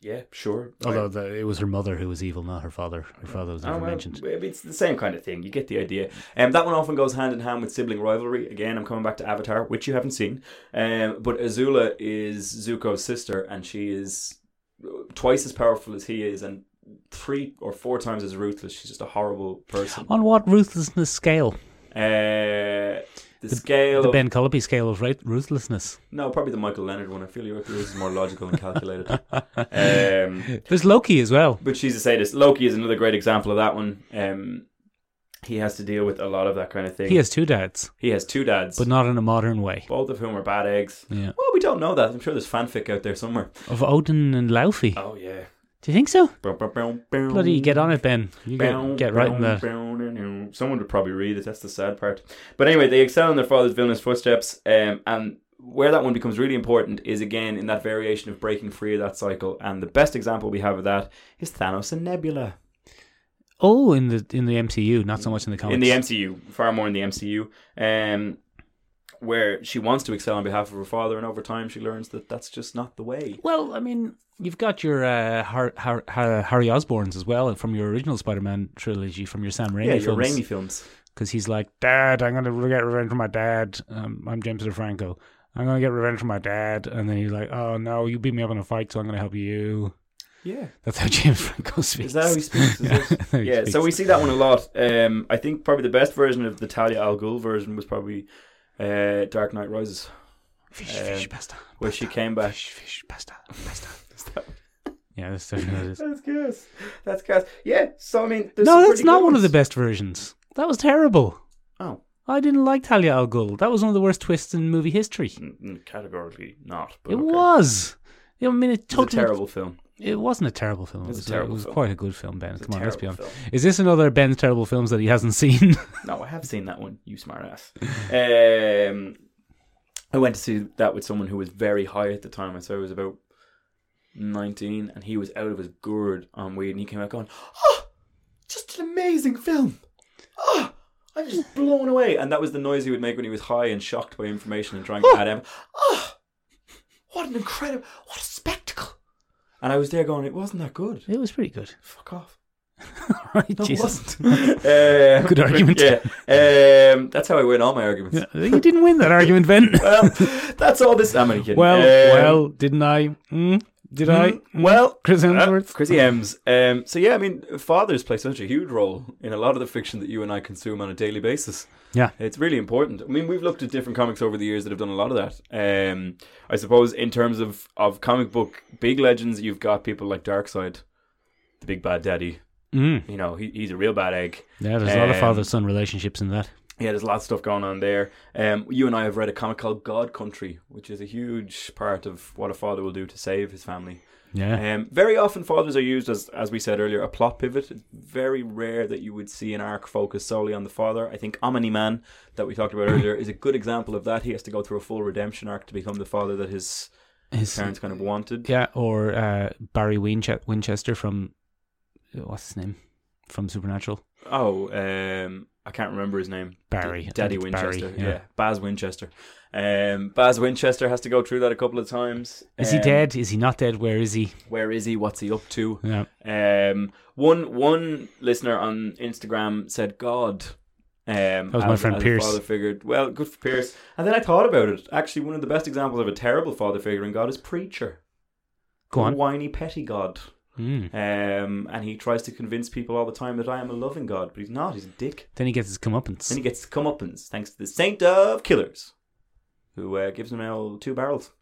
S3: Yeah, sure.
S2: Although the, it was her mother who was evil, not her father. Her father was never
S3: Oh, well,
S2: mentioned.
S3: It's the same kind of thing. You get the idea. Um, that one often goes hand in hand with sibling rivalry. Again, I'm coming back to Avatar, which you haven't seen. Um, but Azula is Zuko's sister, and she is twice as powerful as he is, and three or four times as ruthless. She's just a horrible person.
S2: On what ruthlessness scale?
S3: Uh, the, scale
S2: The
S3: of,
S2: Ben Colby scale of right, ruthlessness.
S3: no, probably the Michael Leonard one. I feel yours is more logical and calculated. um,
S2: There's Loki as well.
S3: But she's a sadist. Loki is another great example of that one. Um, he has to deal with a lot of that kind of thing.
S2: He has two dads,
S3: He has two dads,
S2: but not in a modern way.
S3: both of whom are bad eggs.
S2: Yeah.
S3: Well, we don't know that. I'm sure there's fanfic out there somewhere.
S2: Of Odin and Laufey.
S3: Oh yeah.
S2: Do you think so?
S3: Bum, bum, bum, bum.
S2: Bloody get on it, Ben. You
S3: Bum,
S2: get, get right
S3: bum,
S2: in that.
S3: bum, dun, dun. Someone would probably read it. That's the sad part. But anyway, they excel in their father's villainous footsteps, um, and where that one becomes really important is again in that variation of breaking free of that cycle. And the best example we have of that is Thanos and Nebula.
S2: Oh, in the in the MCU, not so much in the comics.
S3: in the MCU, far more in the MCU, um, where she wants to excel on behalf of her father, and over time she learns that that's just not the way.
S2: Well, I mean, you've got your uh, Har- Har- Har- Harry Osborns as well from your original Spider-Man trilogy, from your Sam Raimi
S3: yeah, your
S2: films,
S3: Raimi films.
S2: because he's like, Dad, I'm gonna re- get revenge for my dad. Um, I'm James DeFranco. I'm gonna get revenge for my dad, and then he's like, Oh no, you beat me up in a fight, so I'm gonna help you.
S3: Yeah,
S2: That's how James Franco speaks.
S3: is that how he speaks? Is it?
S2: yeah.
S3: yeah, so we see that one a lot. Um, I think probably the best version of the Talia al Ghul version was probably uh, Dark Knight Rises,
S2: fish,
S3: um,
S2: fish, pasta,
S3: where she came back.
S2: fish, fish, pasta, pasta. Yeah, that's definitely what it is.
S3: That's gas. That's gas. Yeah. So I mean, there's some
S2: No, that's
S3: pretty
S2: not
S3: good
S2: one of the
S3: ones.
S2: best versions. That was terrible.
S3: Oh,
S2: I didn't like Talia al Ghul. That was one of the worst twists in movie history.
S3: mm, mm, categorically not. But
S2: It
S3: okay.
S2: was. I mean, it
S3: It's a
S2: totally.
S3: terrible film.
S2: It wasn't a terrible film. It
S3: It's a
S2: was,
S3: terrible
S2: it was
S3: film.
S2: quite a good film, Ben.
S3: It's a
S2: Come on, let's be
S3: terrible
S2: honest.
S3: film.
S2: Is this another Ben's terrible films that he hasn't seen?
S3: No, I have seen that one. You smartass. Um, I went to see that with someone who was very high at the time. I saw he was about nineteen, and he was out of his gourd on weed, and he came out going, "Oh, just an amazing film! Oh, I'm just blown away." And that was the noise he would make when he was high and shocked by information and trying
S2: Ah.
S3: to add him. Oh, what an incredible, what a spectacle! And I was there going, "It wasn't that good.
S2: it was pretty good.
S3: Fuck off."
S2: right,
S3: No, it
S2: Jesus.
S3: wasn't. Um,
S2: Good argument.
S3: Yeah, um, that's how I win all my arguments.
S2: Yeah, you didn't win that argument, Ben.
S3: well, Um, that's all this. I'm only kidding.
S2: well,
S3: Um,
S2: well, didn't I? Mm, did I?
S3: mm, well,
S2: Chris Hemsworth.
S3: uh, Chrissy Ems. Um, so yeah, I mean, fathers play such a huge role in a lot of the fiction that you and I consume on a daily basis.
S2: Yeah.
S3: it's really important. I mean, we've looked at different comics over the years that have done a lot of that. Um, I suppose in terms of of comic book big legends, you've got people like Darkseid, the big bad daddy.
S2: Mm.
S3: You know, he, he's a real bad egg.
S2: Yeah, there's a lot of
S3: Um,
S2: father son relationships in that.
S3: Yeah, there's a lot of stuff going on there. Um, you and I have read a comic called God Country, which is a huge part of what a father will do to save his family.
S2: Yeah.
S3: Um, very often, fathers are used as, as we said earlier, a plot pivot. It's very rare that you would see an arc focused solely on the father. I think Omni Man, that we talked about earlier, is a good example of that. He has to go through a full redemption arc to become the father that his
S2: His-
S3: parents kind of wanted.
S2: yeah, or uh, Barry Winche- Winchester from what's his name from Supernatural.
S3: Oh, um, I can't remember his name.
S2: Barry, I
S3: Daddy
S2: think it's Barry,
S3: Winchester.
S2: yeah.
S3: yeah. Baz Winchester. Um, Baz Winchester has to go through that a couple of times.
S2: Is he
S3: Um,
S2: dead? Is he not dead? Where is he?
S3: Where is he? What's he up to?
S2: Yeah.
S3: Um, one one listener on Instagram said God. Um,
S2: That was my
S3: as-
S2: friend
S3: as a
S2: Pierce.
S3: Father figured well, good for Pierce. And then I thought about it. Actually, one of the best examples of a terrible father figure in God is preacher.
S2: Go
S3: A
S2: on.
S3: whiny petty God.
S2: Mm.
S3: Um, and he tries to convince people all the time that I am a loving God, but he's not. He's a dick.
S2: Then he gets his comeuppance.
S3: Then he gets comeuppance thanks to the Saint of Killers, who uh, gives him now two barrels.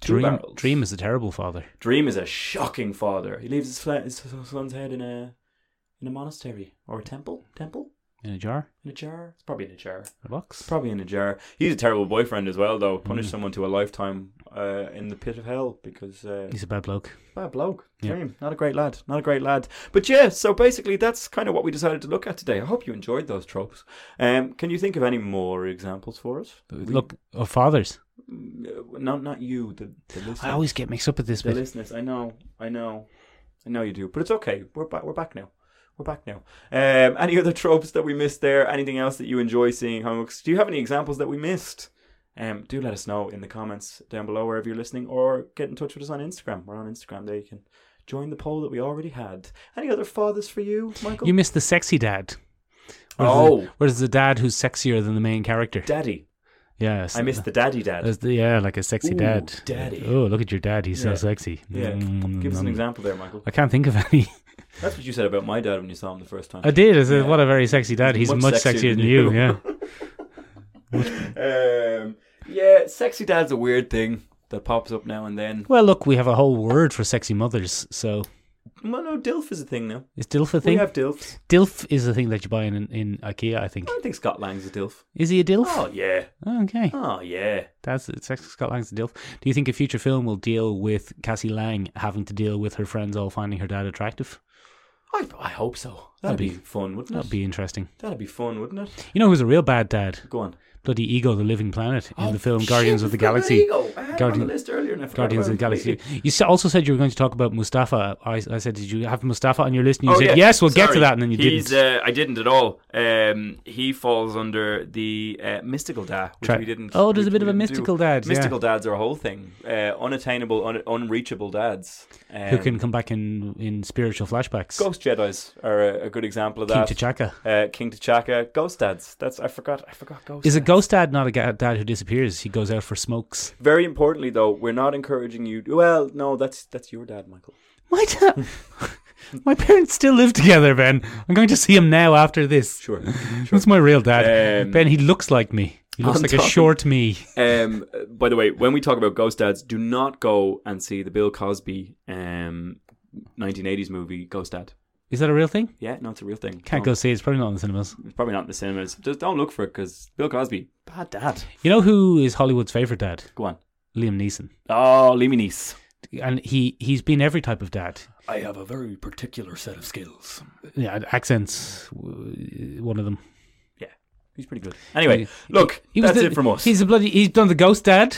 S3: Two
S2: Dream,
S3: barrels.
S2: Dream is a terrible father.
S3: Dream is a shocking father. He leaves his, fla- his son's head in a in a monastery or a temple. Temple
S2: In a jar,
S3: in a jar. It's probably in a jar.
S2: a box.
S3: It's probably in a jar. He's a terrible boyfriend as well, though. Punish
S2: Mm.
S3: someone to a lifetime uh, in the pit of hell because uh,
S2: He's a bad bloke.
S3: bad bloke.
S2: Yeah.
S3: Dream, not a great lad, not a great lad. But yeah, so basically that's kind of what we decided to look at today. I hope you enjoyed those tropes. Um, can you think of any more examples for us?
S2: Look, of fathers.
S3: Mm, uh, not not you, the, the listeners.
S2: I always get mixed up with this
S3: the
S2: bit.
S3: listeners. I know, I know, I know you do, but it's okay. We're back. We're back now. We're back now. Um, any other tropes that we missed there? Anything else that you enjoy seeing comics? Do you have any examples that we missed? Um, do let us know in the comments down below wherever you're listening, or get in touch with us on Instagram. We're on Instagram. There you can join the poll that we already had. Any other fathers for you, Michael?
S2: You missed the sexy dad.
S3: Oh.
S2: where's the dad who's sexier than the main character?
S3: daddy.
S2: yes,
S3: I missed the daddy dad.
S2: As the, yeah, like a sexy
S3: Ooh,
S2: dad.
S3: daddy.
S2: Oh, look at your dad. He's
S3: Yeah.
S2: so sexy.
S3: yeah,
S2: Mm,
S3: give us an
S2: mm.
S3: example there, Michael.
S2: I can't think of any.
S3: That's what you said about my dad when you saw him the first time.
S2: I did. I said,
S3: Yeah.
S2: "What a very sexy dad. He's much, sexier, than, you." Yeah.
S3: um, yeah, sexy dad's a weird thing that pops up now and then.
S2: Well, look, we have a whole word for sexy mothers. So,
S3: Well, no, DILF is a thing now.
S2: is DILF a
S3: We
S2: thing?
S3: have DILFs.
S2: DILF is a thing that you buy in in IKEA. I think.
S3: I don't think Scott Lang's a DILF.
S2: Is he a DILF?
S3: Oh, yeah.
S2: Oh, okay,
S3: Oh, yeah.
S2: that's it's actually Scott Lang's a DILF. Do you think a future film will deal with Cassie Lang having to deal with her friends all finding her dad attractive?
S3: I, I hope so.
S2: That'd
S3: That'd, be,
S2: be-
S3: fun, wouldn't
S2: That'd
S3: it?
S2: be interesting.
S3: That'd be fun, wouldn't it?
S2: You know who's a real bad dad?
S3: Go on.
S2: Bloody Ego, the Living Planet,
S3: Oh,
S2: in the film Guardians of the Galaxy.
S3: I had Guardian,
S2: Guardian-
S3: on the list earlier and I forgot
S2: Guardians of the
S3: about it
S2: Galaxy.
S3: completely.
S2: You s- also said you were going to talk about Mustafa. I, I said, did you have Mustafa on your list? And you
S3: Oh,
S2: said,
S3: yeah.
S2: yes, we'll get
S3: Sorry.
S2: to that. And then you
S3: He's,
S2: didn't.
S3: Uh, I didn't at all. Um, he falls under the uh, mystical dad, which
S2: Try-
S3: we didn't.
S2: Oh, there's a
S3: which
S2: bit
S3: we
S2: of a
S3: didn't do.
S2: mystical dad, yeah.
S3: Mystical dads are a whole thing. Uh, unattainable, un- unreachable dads. Um,
S2: Who can come back in in spiritual flashbacks?
S3: Ghost Jedi's are a, a good example of
S2: King
S3: that.
S2: T'Chaka.
S3: Uh, King T'Chaka, ghost dads. That's I forgot. I forgot ghost.
S2: Is a
S3: dads.
S2: ghost dad not a ga- dad who disappears? He goes out for smokes.
S3: Very importantly, though, we're not encouraging you. Well, no, that's that's your dad, Michael.
S2: My dad. My parents still live together, Ben. I'm going to see him now after this.
S3: Sure.
S2: That's my real dad.
S3: Um,
S2: ben, he looks like me. He looks
S3: on
S2: like a
S3: top-
S2: short me.
S3: um, by the way, when we talk about ghost dads, do not go and see the Bill Cosby um, 1980s movie Ghost Dad.
S2: Is that a real thing?
S3: Yeah, no, it's a real thing.
S2: Can't
S3: No,
S2: go see it. It's probably not in the cinemas.
S3: It's probably not in the cinemas. Just don't look for it because Bill Cosby, bad dad.
S2: You know who is Hollywood's favorite dad?
S3: Go on.
S2: Liam Neeson.
S3: Oh, Lemmy Niece.
S2: And he, he's been every type of dad.
S3: I have a very particular set of skills.
S2: Yeah, accents, w- one of them.
S3: He's pretty good. Anyway, look,
S2: He was
S3: that's
S2: the-
S3: it from us.
S2: He's a bloody. He's done the ghost dad.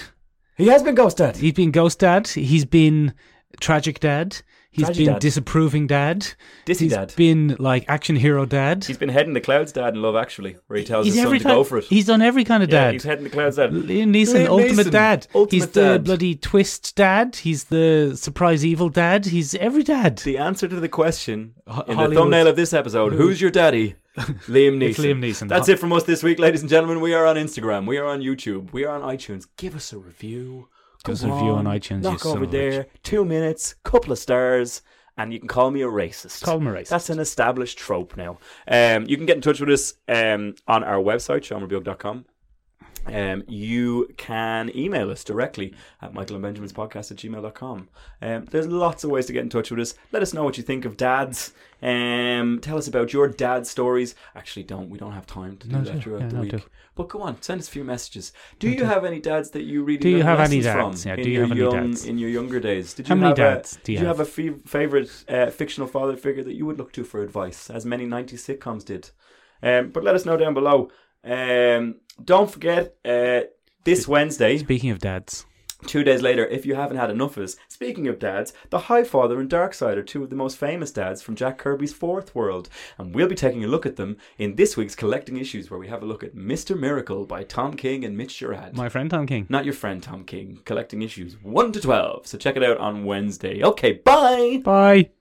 S3: he has been ghost dad.
S2: He's been ghost dad. He's been tragic dad. He's
S3: Tragic
S2: been
S3: dad.
S2: disapproving dad.
S3: Dissy
S2: He's
S3: dad.
S2: been like action hero dad.
S3: He's been heading the clouds dad in Love Actually, where he tells
S2: He's
S3: his son
S2: every
S3: to
S2: kind-
S3: go for it.
S2: He's done every kind of
S3: Yeah,
S2: dad.
S3: he's heading the clouds dad.
S2: Liam Neeson,
S3: Liam
S2: ultimate
S3: Neeson,
S2: dad. he's
S3: ultimate
S2: the
S3: dad.
S2: bloody twist dad. He's the surprise evil dad. He's every dad.
S3: The answer to the question
S2: Ho-
S3: in the
S2: Hollywood.
S3: thumbnail of this episode, who's your daddy? Liam Neeson.
S2: It's Liam Neeson.
S3: That's it from us this week, ladies and gentlemen. We are on Instagram. We are on YouTube. We are on iTunes. Give us a review.
S2: Give us
S3: Go
S2: a review on iTunes, you
S3: Knock
S2: son
S3: over
S2: of a
S3: there. Two minutes, couple of stars, and you can call me a racist.
S2: Call him a racist.
S3: That's an established trope now. Um, you can get in touch with us um, on our website, seanrebuke.com. um, you can email us directly at michael and benjamin's podcast at gmail.com um, there's lots of ways to get in touch with us let us know what you think of dads um, tell us about your dad stories actually don't we don't have time to do
S2: No,
S3: that
S2: sure.
S3: throughout
S2: Yeah,
S3: the
S2: no,
S3: week
S2: do.
S3: but go on send us a few messages do you have any dads that you really
S2: Do you
S3: learned
S2: have any dads?
S3: lessons from
S2: Yeah,
S3: in
S2: do you
S3: your
S2: have any
S3: young,
S2: dads?
S3: in your younger days did you
S2: How many
S3: have
S2: dads
S3: a,
S2: do you
S3: did
S2: have?
S3: you have a f- favorite uh, fictional father figure that you would look to for advice as many 90s sitcoms did um, but let us know down below um, don't forget uh, this Wednesday,
S2: Speaking of dads,
S3: two days later, if you haven't had enough of us, speaking of dads, The High Father and Darkside are two of the most famous dads from Jack Kirby's Fourth World, and we'll be taking a look at them in this week's Collecting Issues, where we have a look at Mr. Miracle by Tom King and Mitch Gerard.
S2: my friend Tom King.
S3: Not your friend Tom King, Collecting Issues 1 to 12. So check it out on Wednesday. Okay, bye!
S2: Bye.